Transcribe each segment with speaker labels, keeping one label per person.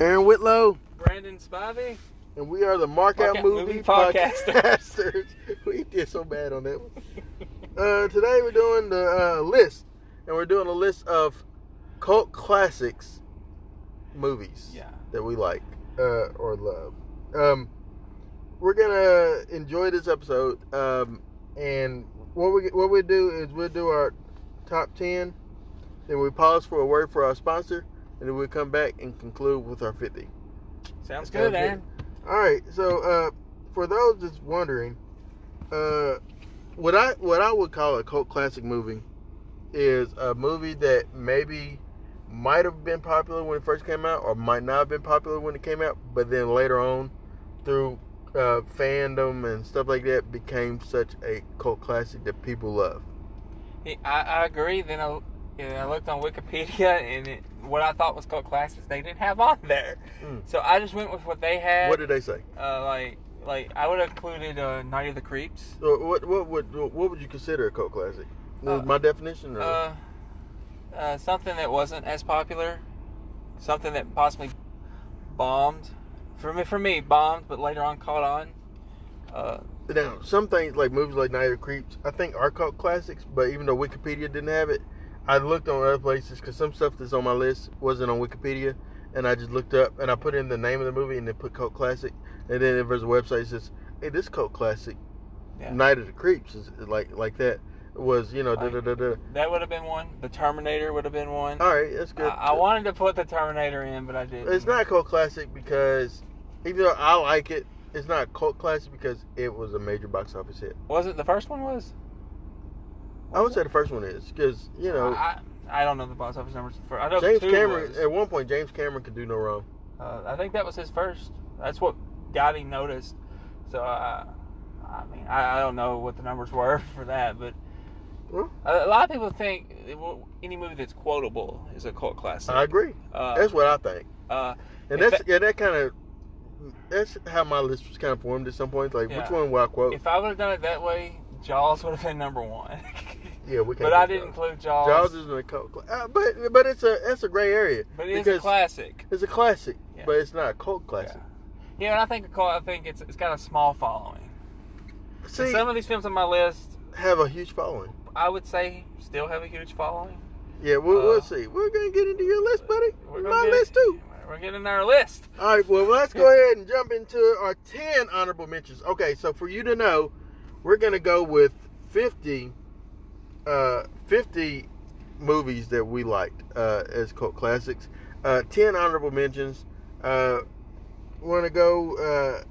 Speaker 1: Aaron Whitlow,
Speaker 2: Brandon Spivey.
Speaker 1: and we are the Markout
Speaker 2: Markout
Speaker 1: Movie,
Speaker 2: Movie
Speaker 1: Podcasters. we did so bad on that one. Uh, today we're doing the uh, list, and we're doing a list of cult classics movies
Speaker 2: Yeah.
Speaker 1: that we like uh, or love. Um, we're gonna enjoy this episode, um, and what we what we do is we'll do our top ten, then we pause for a word for our sponsor, and then we'll come back and conclude with our fifty. That
Speaker 2: Sounds
Speaker 1: sounds
Speaker 2: good, Aaron.
Speaker 1: All right, so uh, for those just wondering, uh, what I what I would call a cult classic movie is a movie that maybe might have been popular when it first came out, or might not have been popular when it came out, but then later on, through uh, fandom and stuff like that, became such a cult classic that people love.
Speaker 2: He- I, I agree. Then I, and I looked on Wikipedia, and it, what I thought was called classes, they didn't have on there.
Speaker 1: Mm.
Speaker 2: So I just went with what they had.
Speaker 1: What did they say?
Speaker 2: uh, like, like I would have included uh, Night of the Creeps.
Speaker 1: Or What what would what would you consider a cult classic?
Speaker 2: Uh,
Speaker 1: My definition. Or?
Speaker 2: Uh, uh, something that wasn't as popular, something that possibly bombed. For me, for me, bombed, but later on caught on. Uh,
Speaker 1: Now, some things like movies like Night of the Creeps, I think are cult classics. But even though Wikipedia didn't have it, I looked on other places because some stuff that's on my list wasn't on Wikipedia, and I just looked up and I put in the name of the movie and then put cult classic, and then if there's a website that says, "Hey, this cult classic,
Speaker 2: Yeah.
Speaker 1: Night of the Creeps," is like like that was you know da
Speaker 2: Like-
Speaker 1: da da da.
Speaker 2: that would have been one. The Terminator would have been one.
Speaker 1: All right, that's good.
Speaker 2: I, I wanted to put the Terminator in, but I didn't.
Speaker 1: It's not a cult classic because even though I like it, it's not a cult classic because it was a major box office hit.
Speaker 2: Was it the first one? Was
Speaker 1: I would say the first one is because you know.
Speaker 2: I, I I don't know the box office numbers. For I know
Speaker 1: James
Speaker 2: two
Speaker 1: Cameron
Speaker 2: was.
Speaker 1: at one point James Cameron could do no wrong.
Speaker 2: Uh, I think that was his first. That's what got him noticed. So I, I mean, I, I don't know what the numbers were for that, but
Speaker 1: Well,
Speaker 2: a, a lot of people think it will- any movie that's quotable is a cult classic.
Speaker 1: I agree.
Speaker 2: uh,
Speaker 1: That's what I think,
Speaker 2: uh,
Speaker 1: and
Speaker 2: if
Speaker 1: that's yeah, that kind of that's how my list was kind of formed at some point. Like which
Speaker 2: Yeah.
Speaker 1: one will I quote?
Speaker 2: if I would have done it that way, Jaws would have been number one.
Speaker 1: yeah, we can't.
Speaker 2: but
Speaker 1: do
Speaker 2: I didn't
Speaker 1: Jaws.
Speaker 2: include Jaws.
Speaker 1: Jaws isn't a cult, cla- uh, but but it's a that's a gray area.
Speaker 2: but it is a
Speaker 1: because
Speaker 2: classic.
Speaker 1: It's a classic,
Speaker 2: Yeah.
Speaker 1: but it's not a cult classic.
Speaker 2: Yeah, and I think a cult, I think it's it's got a small following. And
Speaker 1: See,
Speaker 2: some of these films on my list,
Speaker 1: have a huge following.
Speaker 2: I would say, still have a huge following.
Speaker 1: Yeah, we'll,
Speaker 2: Uh,
Speaker 1: we'll see. We're gonna get into your list, buddy.
Speaker 2: We're gonna
Speaker 1: My
Speaker 2: get-
Speaker 1: list too.
Speaker 2: We're getting our list.
Speaker 1: All right, well, let's go ahead and jump into our 10 honorable mentions. Okay, so for you to know, we're going to go with 50, uh, 50 movies that we liked uh, as cult classics. Uh, 10 honorable mentions. Uh, Want to go uh,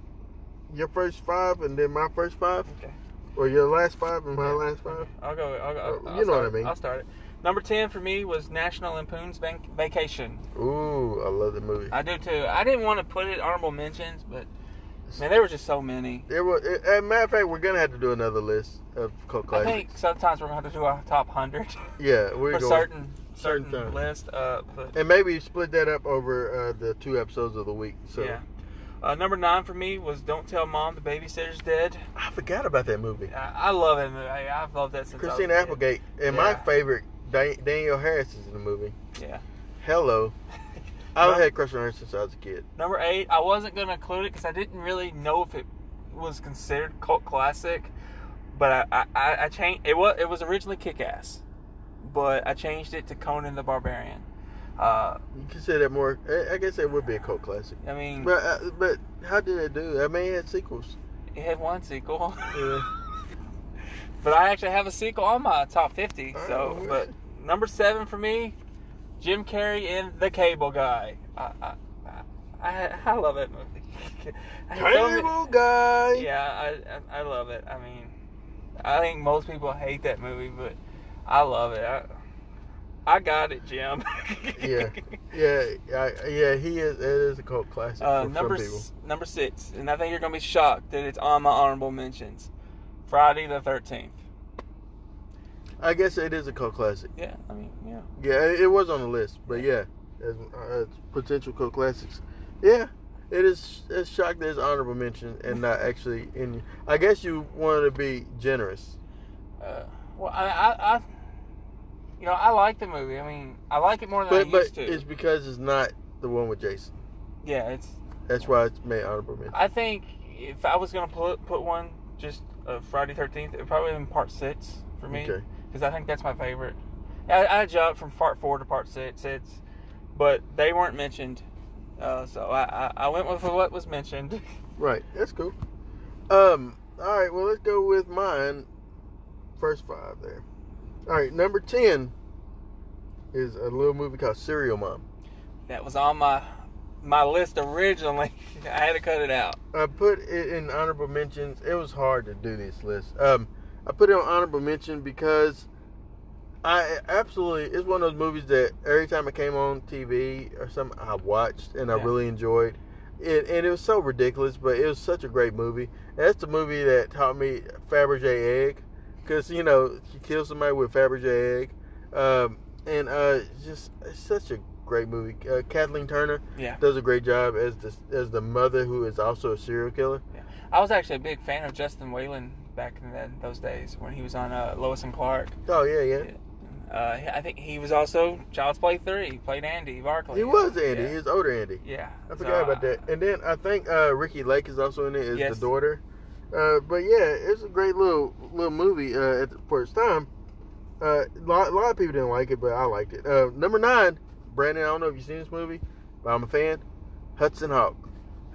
Speaker 1: your first five and then my first five?
Speaker 2: Okay.
Speaker 1: Or your last five and my last five?
Speaker 2: I'll go. I'll, go- I'll,
Speaker 1: Uh,
Speaker 2: I'll
Speaker 1: you know what I
Speaker 2: start it.
Speaker 1: mean.
Speaker 2: I'll start it. Number ten for me was National Lampoon's Vac- Vacation.
Speaker 1: Ooh, I love the movie.
Speaker 2: I do too. I didn't want to put it honorable mentions, but man, there were just so many.
Speaker 1: There were, as a matter of fact, we're going to have to do another list of cult
Speaker 2: I
Speaker 1: classics.
Speaker 2: think sometimes we're going to have to do our top hundred
Speaker 1: yeah, we're
Speaker 2: for
Speaker 1: going.
Speaker 2: certain
Speaker 1: certain
Speaker 2: certain
Speaker 1: time.
Speaker 2: list. Uh, but
Speaker 1: And maybe you split that up over uh, the two episodes of the week. So
Speaker 2: yeah. Uh, number nine for me was Don't Tell Mom the Babysitter's Dead.
Speaker 1: I forgot about that movie.
Speaker 2: I, I love it. I, I've loved that since
Speaker 1: Christina
Speaker 2: I was a
Speaker 1: Applegate
Speaker 2: kid.
Speaker 1: and my
Speaker 2: Yeah.
Speaker 1: favorite Dan- Daniel Harris is in the movie.
Speaker 2: Yeah.
Speaker 1: Hello, I've
Speaker 2: No.
Speaker 1: had a crush on her since I was a kid.
Speaker 2: Number eight, I wasn't gonna include it because I didn't really know if it was considered cult classic, but I I- I, I changed it was it was originally Kick Ass, but I changed it to Conan the Barbarian. Uh,
Speaker 1: You consider that more? I- I guess that would be a cult classic.
Speaker 2: I mean,
Speaker 1: But uh, but how did it do? I mean, it had sequels.
Speaker 2: it had one sequel,
Speaker 1: Yeah.
Speaker 2: but I actually have a sequel on my top fifty. So,
Speaker 1: Oh.
Speaker 2: but number seven for me, Jim Carrey in The Cable Guy. I I, I, I love that movie. I had so many-
Speaker 1: Cable guy.
Speaker 2: Yeah, I, I I love it. I mean, I think most people hate that movie, but I love it. I, I got it, Jim.
Speaker 1: Yeah. Yeah, I, yeah, he is. It is a cult classic
Speaker 2: Uh,
Speaker 1: for
Speaker 2: number
Speaker 1: some people.
Speaker 2: s- number six, and I think you're gonna be shocked that it's on my honorable mentions. Friday the Thirteenth.
Speaker 1: I guess it is a cult classic.
Speaker 2: Yeah, I mean, yeah.
Speaker 1: Yeah, it, it was on the list, but yeah, as, uh, it's potential cult classics. Yeah, it is. It's shocked that it's honorable mention and not actually in. I guess you wanted to be generous.
Speaker 2: Uh, well, I, I, I, you know, I like the movie. I mean, I like it more than
Speaker 1: But
Speaker 2: I
Speaker 1: but
Speaker 2: used to.
Speaker 1: it's because it's not the one with Jason.
Speaker 2: yeah, it's.
Speaker 1: That's why it's made honorable mention.
Speaker 2: I think if I was gonna put put one, just uh, Friday Thirteenth, it probably been Part Six for me
Speaker 1: Okay.
Speaker 2: because I think that's my favorite. I, I jumped from Part Four to Part Six, it's, but they weren't mentioned, uh, so I, I I went with what was mentioned.
Speaker 1: Right. That's cool. Um. All right. Well, let's go with mine. First five there. All right. Number ten is a little movie called Serial Mom.
Speaker 2: that was on my my list originally. I had to cut it out.
Speaker 1: I put it in honorable mentions. It was hard to do this list. Um, I put it on honorable mention because I absolutely it's one of those movies that every time it came on TV or something I watched and I
Speaker 2: Yeah.
Speaker 1: really enjoyed. It and it was so ridiculous, but it was such a great movie. That's the movie that taught me Fabergé egg, because you know you kill somebody with Fabergé egg, um, and uh, just it's such a great movie. Uh, Kathleen Turner
Speaker 2: Yeah.
Speaker 1: does a great job as the as the mother who is also a serial killer.
Speaker 2: I was actually a big fan of Justin Whalen back in then, those days when he was on uh, Lois and Clark.
Speaker 1: Oh yeah, yeah.
Speaker 2: Uh, I think he was also Child's Play three. He played Andy Barkley.
Speaker 1: He was Andy.
Speaker 2: Oh, Yeah.
Speaker 1: He was older Andy.
Speaker 2: Yeah.
Speaker 1: I
Speaker 2: So,
Speaker 1: forgot about
Speaker 2: uh,
Speaker 1: that. And then I think uh, Ricky Lake is also in it as
Speaker 2: Yes.
Speaker 1: the daughter. Uh, but yeah, it's a great little little movie uh, at the first time. Uh, A lot, a lot of people didn't like it, but I liked it. Uh, number nine, Brandon. I don't know if you've seen this movie, but I'm a fan. Hudson Hawk.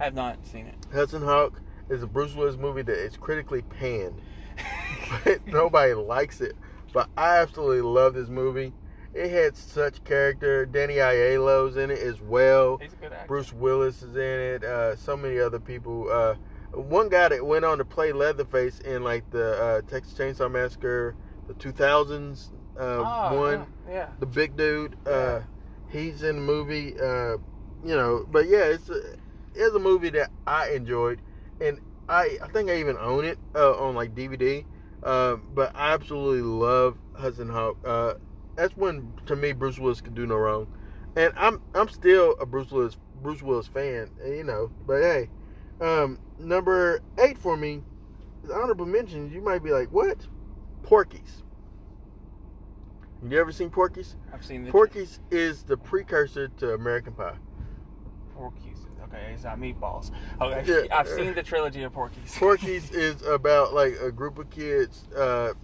Speaker 2: I have not seen it.
Speaker 1: Hudson Hawk is a Bruce Willis movie that is critically panned, but nobody likes it. But I absolutely love this movie. It had such character. Danny Aiello's in it as well.
Speaker 2: He's a good actor.
Speaker 1: Bruce Willis is in it. Uh, so many other people. Uh, one guy that went on to play Leatherface in like the uh, Texas Chainsaw Massacre, the 2000s uh,
Speaker 2: Oh,
Speaker 1: one,
Speaker 2: Yeah.
Speaker 1: the big dude.
Speaker 2: Yeah.
Speaker 1: Uh, he's in the movie. Uh, you know, but yeah, it's a, it's a movie that I enjoyed, and I I think I even own it uh, on like DVD. Um, but I absolutely love Hudson Hawk. Uh, that's when to me Bruce Willis could do no wrong, and I'm I'm still a Bruce Willis Bruce Willis fan. uh, You know, but hey, um, number eight for me is honorable mention. You might be like, what? Porky's. You ever seen Porky's?
Speaker 2: I've seen the
Speaker 1: Porky's is the precursor to American Pie.
Speaker 2: Porky's. Okay, it's not meatballs. Okay.
Speaker 1: Yeah. uh,
Speaker 2: I've seen the trilogy of Porky's.
Speaker 1: Porky's is about like a group of kids uh,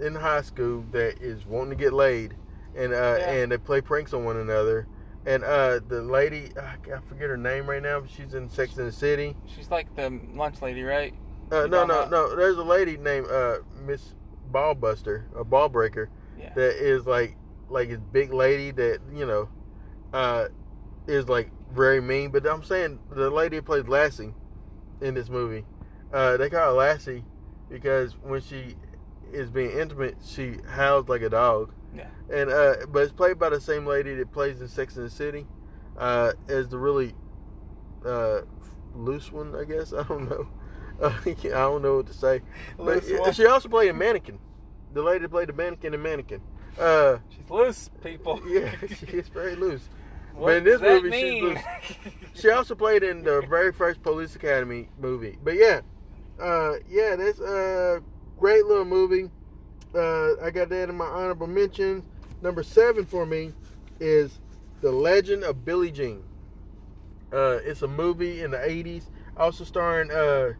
Speaker 1: in high school that is wanting to get laid, and uh,
Speaker 2: Yeah.
Speaker 1: and they play pranks on one another. And uh, the lady, I I forget her name right now. But she's in Sex and the City.
Speaker 2: She's like the lunch lady, right?
Speaker 1: Uh,
Speaker 2: You
Speaker 1: no,
Speaker 2: talking
Speaker 1: no,
Speaker 2: about-
Speaker 1: no. There's a lady named uh, Miss Ballbuster, a ball breaker,
Speaker 2: Yeah.
Speaker 1: that is like like a big lady that you know uh, is like very mean. But I'm saying the lady who plays Lassie in this movie, uh, they call her Lassie because when she is being intimate, she howls like a dog.
Speaker 2: Yeah.
Speaker 1: And uh, but it's played by the same lady that plays in Sex and the City, uh, as the really uh, loose one, I guess. I don't know. I don't know what to say. But
Speaker 2: Loose one.
Speaker 1: she also played a mannequin. The lady that played the mannequin in Mannequin. Uh,
Speaker 2: She's loose, people.
Speaker 1: yeah, she is very loose.
Speaker 2: What
Speaker 1: But in this
Speaker 2: does that
Speaker 1: movie, she's
Speaker 2: mean?
Speaker 1: loose. She also played in the very first Police Academy movie. But yeah, uh, yeah, that's a great little movie. Uh, I got that in my honorable mention. Number seven for me is The Legend of Billie Jean. Uh, it's a movie in the '80s, also starring uh,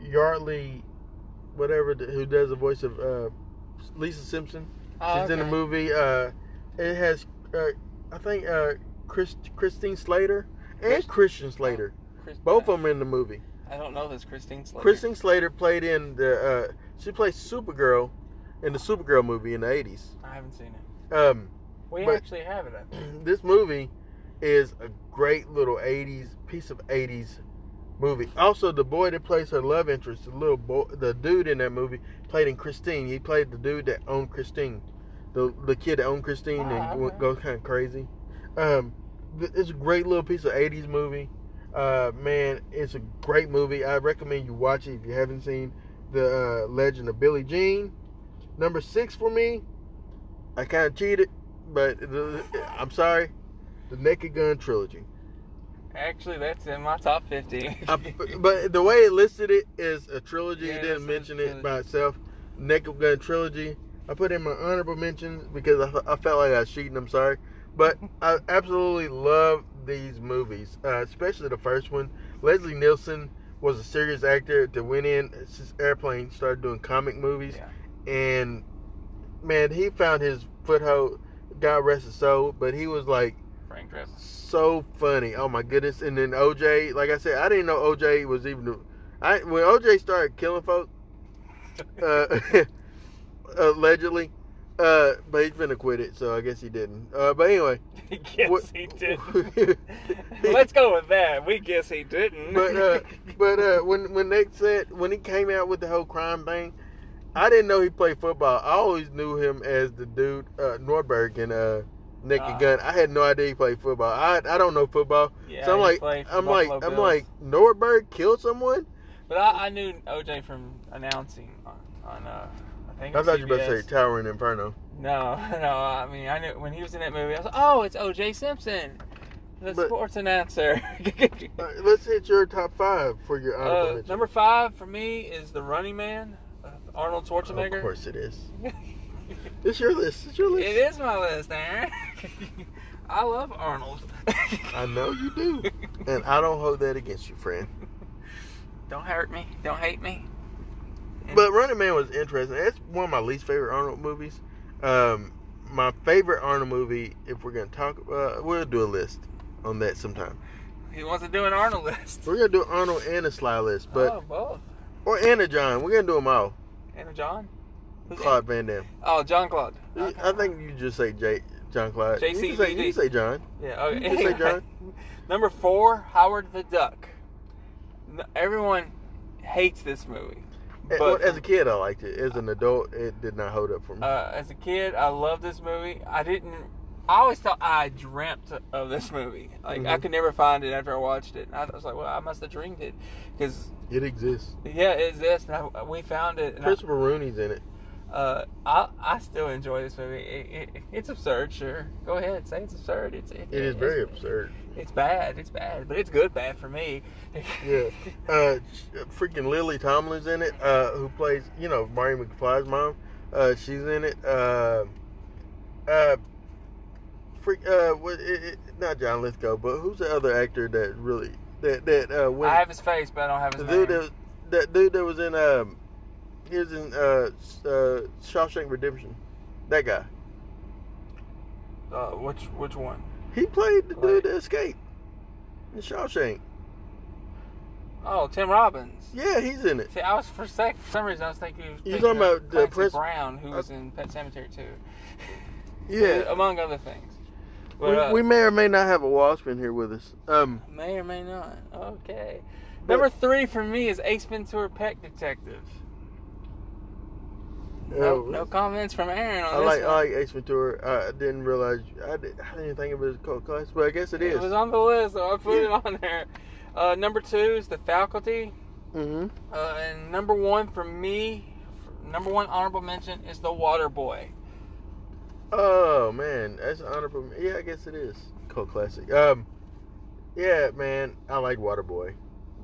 Speaker 1: Yardley, whatever the, who does the voice of uh, Lisa Simpson.
Speaker 2: Oh,
Speaker 1: She's in the
Speaker 2: okay.
Speaker 1: movie. Uh, it has, uh, I think, uh, Chris, Christine Slater and
Speaker 2: Christ-
Speaker 1: Christian Slater.
Speaker 2: Chris-
Speaker 1: Both of them in the movie.
Speaker 2: I don't know this Christine Slater.
Speaker 1: Christine Slater played in the. Uh, she played Supergirl in the Supergirl movie in the '80s.
Speaker 2: I haven't seen it.
Speaker 1: Um,
Speaker 2: We
Speaker 1: But-
Speaker 2: actually have it. I think.
Speaker 1: this movie is a great little 80s piece of 80s movie. Also, the boy that plays her love interest, the little boy, the dude in that movie, played in Christine. He played the dude that owned Christine, the the kid that owned Christine and
Speaker 2: Ah,
Speaker 1: went,
Speaker 2: okay.
Speaker 1: goes kind of crazy. Um, th- it's a great little piece of '80s movie. Uh, man, it's a great movie. I recommend you watch it if you haven't seen the uh, Legend of Billie Jean. Number six for me. I kind of cheated, but the, I'm sorry. The Naked Gun trilogy.
Speaker 2: Actually, that's in my top 50.
Speaker 1: I, but the way it listed it is a trilogy.
Speaker 2: Yeah,
Speaker 1: it
Speaker 2: it's
Speaker 1: didn't
Speaker 2: a
Speaker 1: mention it
Speaker 2: trilogy.
Speaker 1: by itself. Naked Gun trilogy. I put in my honorable mentions because I, fe- I felt like I was cheating. I'm sorry, but I absolutely love these movies, uh, especially the first one. Leslie Nielsen was a serious actor that went in since Airplane started doing comic movies, and man, he found his foothold. God rest his soul, but he was like
Speaker 2: Frank Dresser.
Speaker 1: so funny. Oh my goodness! And then OJ, like I said, I didn't know OJ was even. the- I when OJ started killing folks, uh, allegedly, uh, but he's been acquitted, so I guess he didn't. Uh, but anyway,
Speaker 2: yes,
Speaker 1: what-
Speaker 2: he did. Let's go with that. We guess he didn't.
Speaker 1: but uh, but uh, when when they said when he came out with the whole crime thing, I didn't know he played football. I always knew him as the dude uh, Norberg and uh, Naked
Speaker 2: Ah.
Speaker 1: Gun. I had no idea he played football. I I don't know football,
Speaker 2: yeah,
Speaker 1: so I'm
Speaker 2: he
Speaker 1: like
Speaker 2: played for
Speaker 1: I'm like
Speaker 2: Buffalo
Speaker 1: I'm
Speaker 2: Bills.
Speaker 1: like Norberg killed someone.
Speaker 2: But I, I knew OJ from announcing on, on uh, I think. it
Speaker 1: I
Speaker 2: was
Speaker 1: thought you were about to
Speaker 2: CBS.
Speaker 1: say Towering Inferno.
Speaker 2: No, no. I mean, I knew when he was in that movie. I was like, oh, it's OJ Simpson, the
Speaker 1: But-
Speaker 2: sports announcer.
Speaker 1: All right, Uh, let's hit your top five for your honorable
Speaker 2: uh,
Speaker 1: mention.
Speaker 2: number five for me is the Running Man, uh, Arnold Schwarzenegger.
Speaker 1: Of course it is. It's your list. It's your list.
Speaker 2: It is my list, Aaron. I love Arnold.
Speaker 1: I know you do, and I don't hold that against you, friend.
Speaker 2: Don't hurt me. Don't hate me. Mm.
Speaker 1: But Running Man was interesting. That's one of my least favorite Arnold movies. Um, my favorite Arnold movie, if we're gonna talk, uh, we'll do a list on that sometime.
Speaker 2: He wants to do an Arnold list.
Speaker 1: We're gonna do Arnold and a Sly list, but
Speaker 2: oh, both.
Speaker 1: or and a John. We're gonna do them all.
Speaker 2: And John. Who's he?
Speaker 1: Claude Van Damme.
Speaker 2: Oh, John Claude. Okay.
Speaker 1: I think you just say J. John Claude. You can say, you
Speaker 2: JCVD.
Speaker 1: can say John.
Speaker 2: Yeah. Okay.
Speaker 1: You say John.
Speaker 2: Number four, Howard the Duck. N- Everyone hates this movie,
Speaker 1: Eh,
Speaker 2: but
Speaker 1: well, as a kid, I liked it. As an adult, it did not hold up for me.
Speaker 2: uh, as a kid, I loved this movie. I didn't. I always thought I dreamt of this movie. Like I
Speaker 1: Mhm.
Speaker 2: could never find it after I watched it. And I was like, well, I must have dreamed it, because
Speaker 1: it exists.
Speaker 2: yeah, it exists. And I, we found it. And I-
Speaker 1: Christopher Rooney's in it.
Speaker 2: Uh, I I still enjoy this movie. It, it, it's absurd, sure. Go ahead, say it's absurd. It's it,
Speaker 1: It is very
Speaker 2: It's,
Speaker 1: absurd.
Speaker 2: it's bad. It's bad, but it's good bad for me.
Speaker 1: Yeah. Uh, sh- freaking Lily Tomlin's in it. Uh, who plays you know Marty McFly's mom? Uh, she's in it. Uh, uh, freak. Uh, what, it, it, not John Lithgow, but who's the other actor that really that that uh went
Speaker 2: I have his face, but I don't have his
Speaker 1: the
Speaker 2: name.
Speaker 1: dude that, that dude that was in um he was in uh, s- uh Shawshank Redemption. That guy.
Speaker 2: uh, which which one?
Speaker 1: He played the
Speaker 2: Like-
Speaker 1: dude that escaped in Shawshank.
Speaker 2: Oh, Tim Robbins.
Speaker 1: Yeah, he's in it.
Speaker 2: See, I was for sec for some reason I was thinking you was
Speaker 1: You
Speaker 2: thinking
Speaker 1: talking
Speaker 2: of
Speaker 1: about the
Speaker 2: Clancy
Speaker 1: pres-
Speaker 2: Brown, who was in Pet Cemetery too. Uh,
Speaker 1: Yeah,
Speaker 2: among other things. But,
Speaker 1: we,
Speaker 2: uh,
Speaker 1: we may or may not have a wasp in here with us. Um,
Speaker 2: may or may not. Okay.
Speaker 1: But-
Speaker 2: Number three for me is Ace Ventura: Pet Detective.
Speaker 1: uh,
Speaker 2: No, no comments from Aaron on
Speaker 1: I
Speaker 2: this
Speaker 1: like uh,
Speaker 2: one.
Speaker 1: I like Ace Ventura. I didn't realize I, did, I didn't think it was a cult classic, but I guess it
Speaker 2: It
Speaker 1: is.
Speaker 2: was on the list, so I put
Speaker 1: Yeah.
Speaker 2: it on there. Uh, number two is the faculty,
Speaker 1: mm-hmm.
Speaker 2: uh, and number one for me, for- number one honorable mention is the Water Boy.
Speaker 1: Oh man, that's an honorable. Yeah, I guess it is cult classic. Um, yeah, man, I like Waterboy.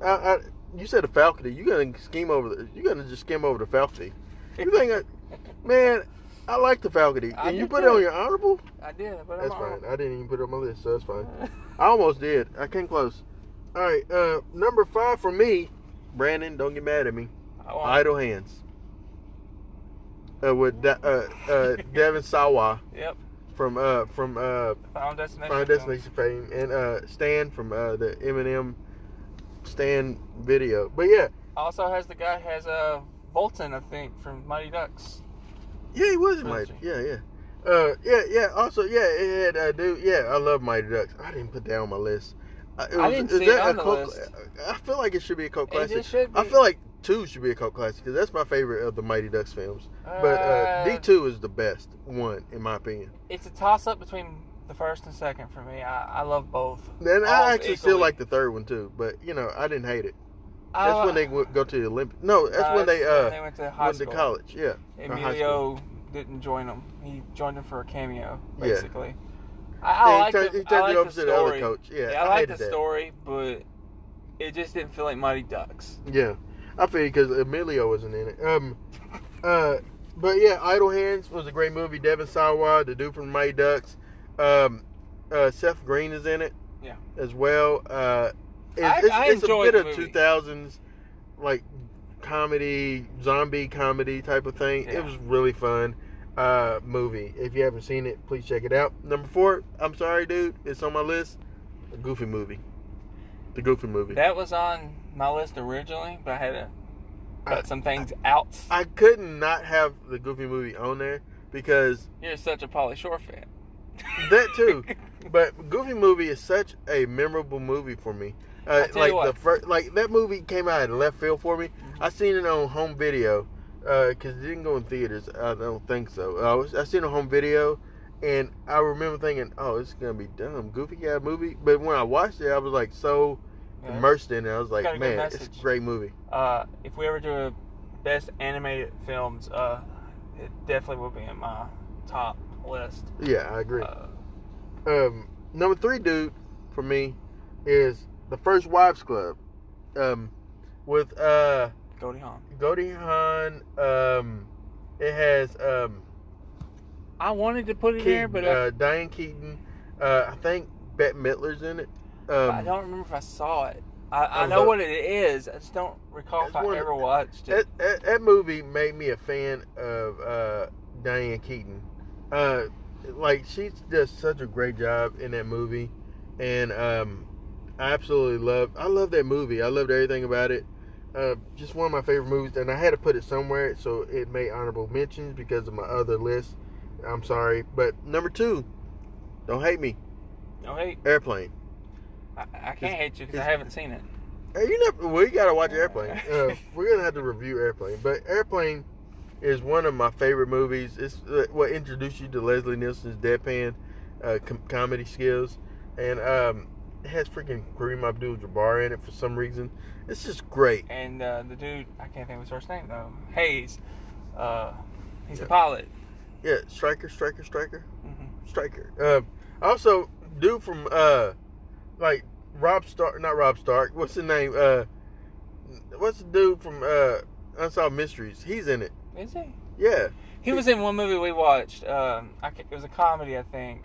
Speaker 1: I, I you said the Falcony. You gonna scheme over the? You gonna just skim over the Falcony? You think, I, man? I like the Falcony,
Speaker 2: I
Speaker 1: and you
Speaker 2: do
Speaker 1: put it on
Speaker 2: too.
Speaker 1: your honorable.
Speaker 2: I did, but
Speaker 1: That's fine.
Speaker 2: I'm
Speaker 1: I didn't even put it on my list, so that's fine.
Speaker 2: fine.
Speaker 1: I almost did. I came close. All right, uh, number five for me, Brandon. Don't get mad at me. Idle hands. Uh, with da- uh, uh, Devin Sawa
Speaker 2: Yep.
Speaker 1: from uh from uh
Speaker 2: Final destination.
Speaker 1: Final
Speaker 2: film.
Speaker 1: Destination fame and uh Stan from uh the Eminem Stan video. But yeah,
Speaker 2: Also has the guy has a uh, Bolton, I think, from Mighty Ducks.
Speaker 1: yeah, he was in
Speaker 2: Was
Speaker 1: Mighty. Yeah, yeah. Uh, yeah, yeah. Also, yeah, it had uh, dude. Yeah, I love Mighty Ducks. I didn't put that on my list. I- it
Speaker 2: I
Speaker 1: was-
Speaker 2: didn't
Speaker 1: is
Speaker 2: see
Speaker 1: that
Speaker 2: it on
Speaker 1: a
Speaker 2: the
Speaker 1: cult-
Speaker 2: list.
Speaker 1: I feel like it should be a cult
Speaker 2: It
Speaker 1: classic.
Speaker 2: just should
Speaker 1: I
Speaker 2: be.
Speaker 1: feel like two should be a cult classic because that's my favorite of the Mighty Ducks films. But uh, D two is the best one in my opinion.
Speaker 2: It's a toss up between the first and second for me. I, I love both.
Speaker 1: And I
Speaker 2: Almost
Speaker 1: actually still
Speaker 2: equally.
Speaker 1: like the third one too, but you know I didn't hate it.
Speaker 2: I-
Speaker 1: That's when they would go to the Olympic. No, that's
Speaker 2: uh,
Speaker 1: when they
Speaker 2: that's
Speaker 1: uh
Speaker 2: went to high
Speaker 1: went to
Speaker 2: school.
Speaker 1: college. Yeah, or high school.
Speaker 2: Emilio didn't join him. He joined him for a cameo,
Speaker 1: Yeah.
Speaker 2: basically. I, I
Speaker 1: And
Speaker 2: like
Speaker 1: he
Speaker 2: the,
Speaker 1: turned, he turned
Speaker 2: I like
Speaker 1: it
Speaker 2: the
Speaker 1: over to the other
Speaker 2: story.
Speaker 1: coach. Yeah,
Speaker 2: I, like
Speaker 1: hated
Speaker 2: the
Speaker 1: that.
Speaker 2: story, but it just didn't feel like Mighty Ducks.
Speaker 1: Yeah, I feel because Emilio wasn't in it. Um, uh, but yeah, Idle Hands was a great movie. Devin Sawa, the dude from Mighty Ducks, um, uh, Seth Green is in it.
Speaker 2: Yeah.
Speaker 1: as well. Uh, it's,
Speaker 2: I-
Speaker 1: it's,
Speaker 2: I
Speaker 1: it's a bit
Speaker 2: enjoyed the
Speaker 1: of
Speaker 2: movie.
Speaker 1: two thousands, like comedy, zombie comedy type of thing.
Speaker 2: Yeah.
Speaker 1: It was really fun. Uh, movie. If you haven't seen it, please check it out. Number four. I'm sorry, dude. It's on my list. A Goofy movie. The Goofy movie.
Speaker 2: That was on my list originally, but I had to
Speaker 1: I-
Speaker 2: cut some things out.
Speaker 1: I could not have the Goofy movie on there because
Speaker 2: You're such a Polly Shore fan.
Speaker 1: that too. but Goofy movie is such a memorable movie for me. Uh,
Speaker 2: I tell
Speaker 1: like
Speaker 2: you
Speaker 1: the
Speaker 2: what. Mm-hmm.
Speaker 1: first, like that movie came out of left field for me. I seen it on home video because it didn't go in theaters. I don't think so. I, was, I seen it on home video, and I remember thinking, "Oh, it's gonna be dumb, goofy guy movie." But when I watched it, I was like so
Speaker 2: Yeah.
Speaker 1: immersed in it. I was
Speaker 2: got a
Speaker 1: like,
Speaker 2: good
Speaker 1: "Man, it's a
Speaker 2: message.
Speaker 1: great movie."
Speaker 2: Uh, if we ever do a best animated films, uh, it definitely will be in my top list.
Speaker 1: Yeah, I agree.
Speaker 2: Uh,
Speaker 1: um, number three dude for me is the first wives club um, with uh,
Speaker 2: Goldie Hawn.
Speaker 1: Goldie Hawn. Um, it has um,
Speaker 2: I wanted to put it
Speaker 1: Keaton,
Speaker 2: there, but I-
Speaker 1: uh, Diane Keaton. Uh, I think Bette Midler's in it. Um,
Speaker 2: I don't remember if I saw it. I,
Speaker 1: I
Speaker 2: I know
Speaker 1: love-
Speaker 2: what it is. I just don't recall
Speaker 1: It's
Speaker 2: if I
Speaker 1: one-
Speaker 2: ever watched it.
Speaker 1: That, that, that movie made me a fan of uh, Diane Keaton. Uh, like she does such a great job in that movie, and um, I absolutely love. I love that movie. I loved everything about it. Uh, just one of my favorite movies, and I had to put it somewhere, so it made honorable mentions because of my other list. I'm sorry, but number two, don't hate me.
Speaker 2: No, hey,
Speaker 1: Airplane.
Speaker 2: I, I
Speaker 1: It's-
Speaker 2: can't hate you because I
Speaker 1: it's-
Speaker 2: haven't seen it.
Speaker 1: Hey, you never. We gotta watch Airplane. Uh, we're gonna have to review Airplane, but Airplane is one of my favorite movies. It's uh, what introduced you to Leslie Nielsen's deadpan uh, com- comedy skills, and um, it has freaking Kareem Abdul-Jabbar in it for some reason. It's just great.
Speaker 2: And uh, the dude, I can't think of his first name though. Hayes. Uh, he's
Speaker 1: Yeah.
Speaker 2: the pilot.
Speaker 1: Yeah, striker, striker, striker,
Speaker 2: hmm
Speaker 1: striker. Um also, dude from uh, like Rob Stark, not Rob Stark. What's the name? Uh, what's the dude from uh, Unsolved Mysteries? He's in it.
Speaker 2: Is he?
Speaker 1: Yeah.
Speaker 2: He was in one movie we watched. Um, I ca- it was a comedy, I think.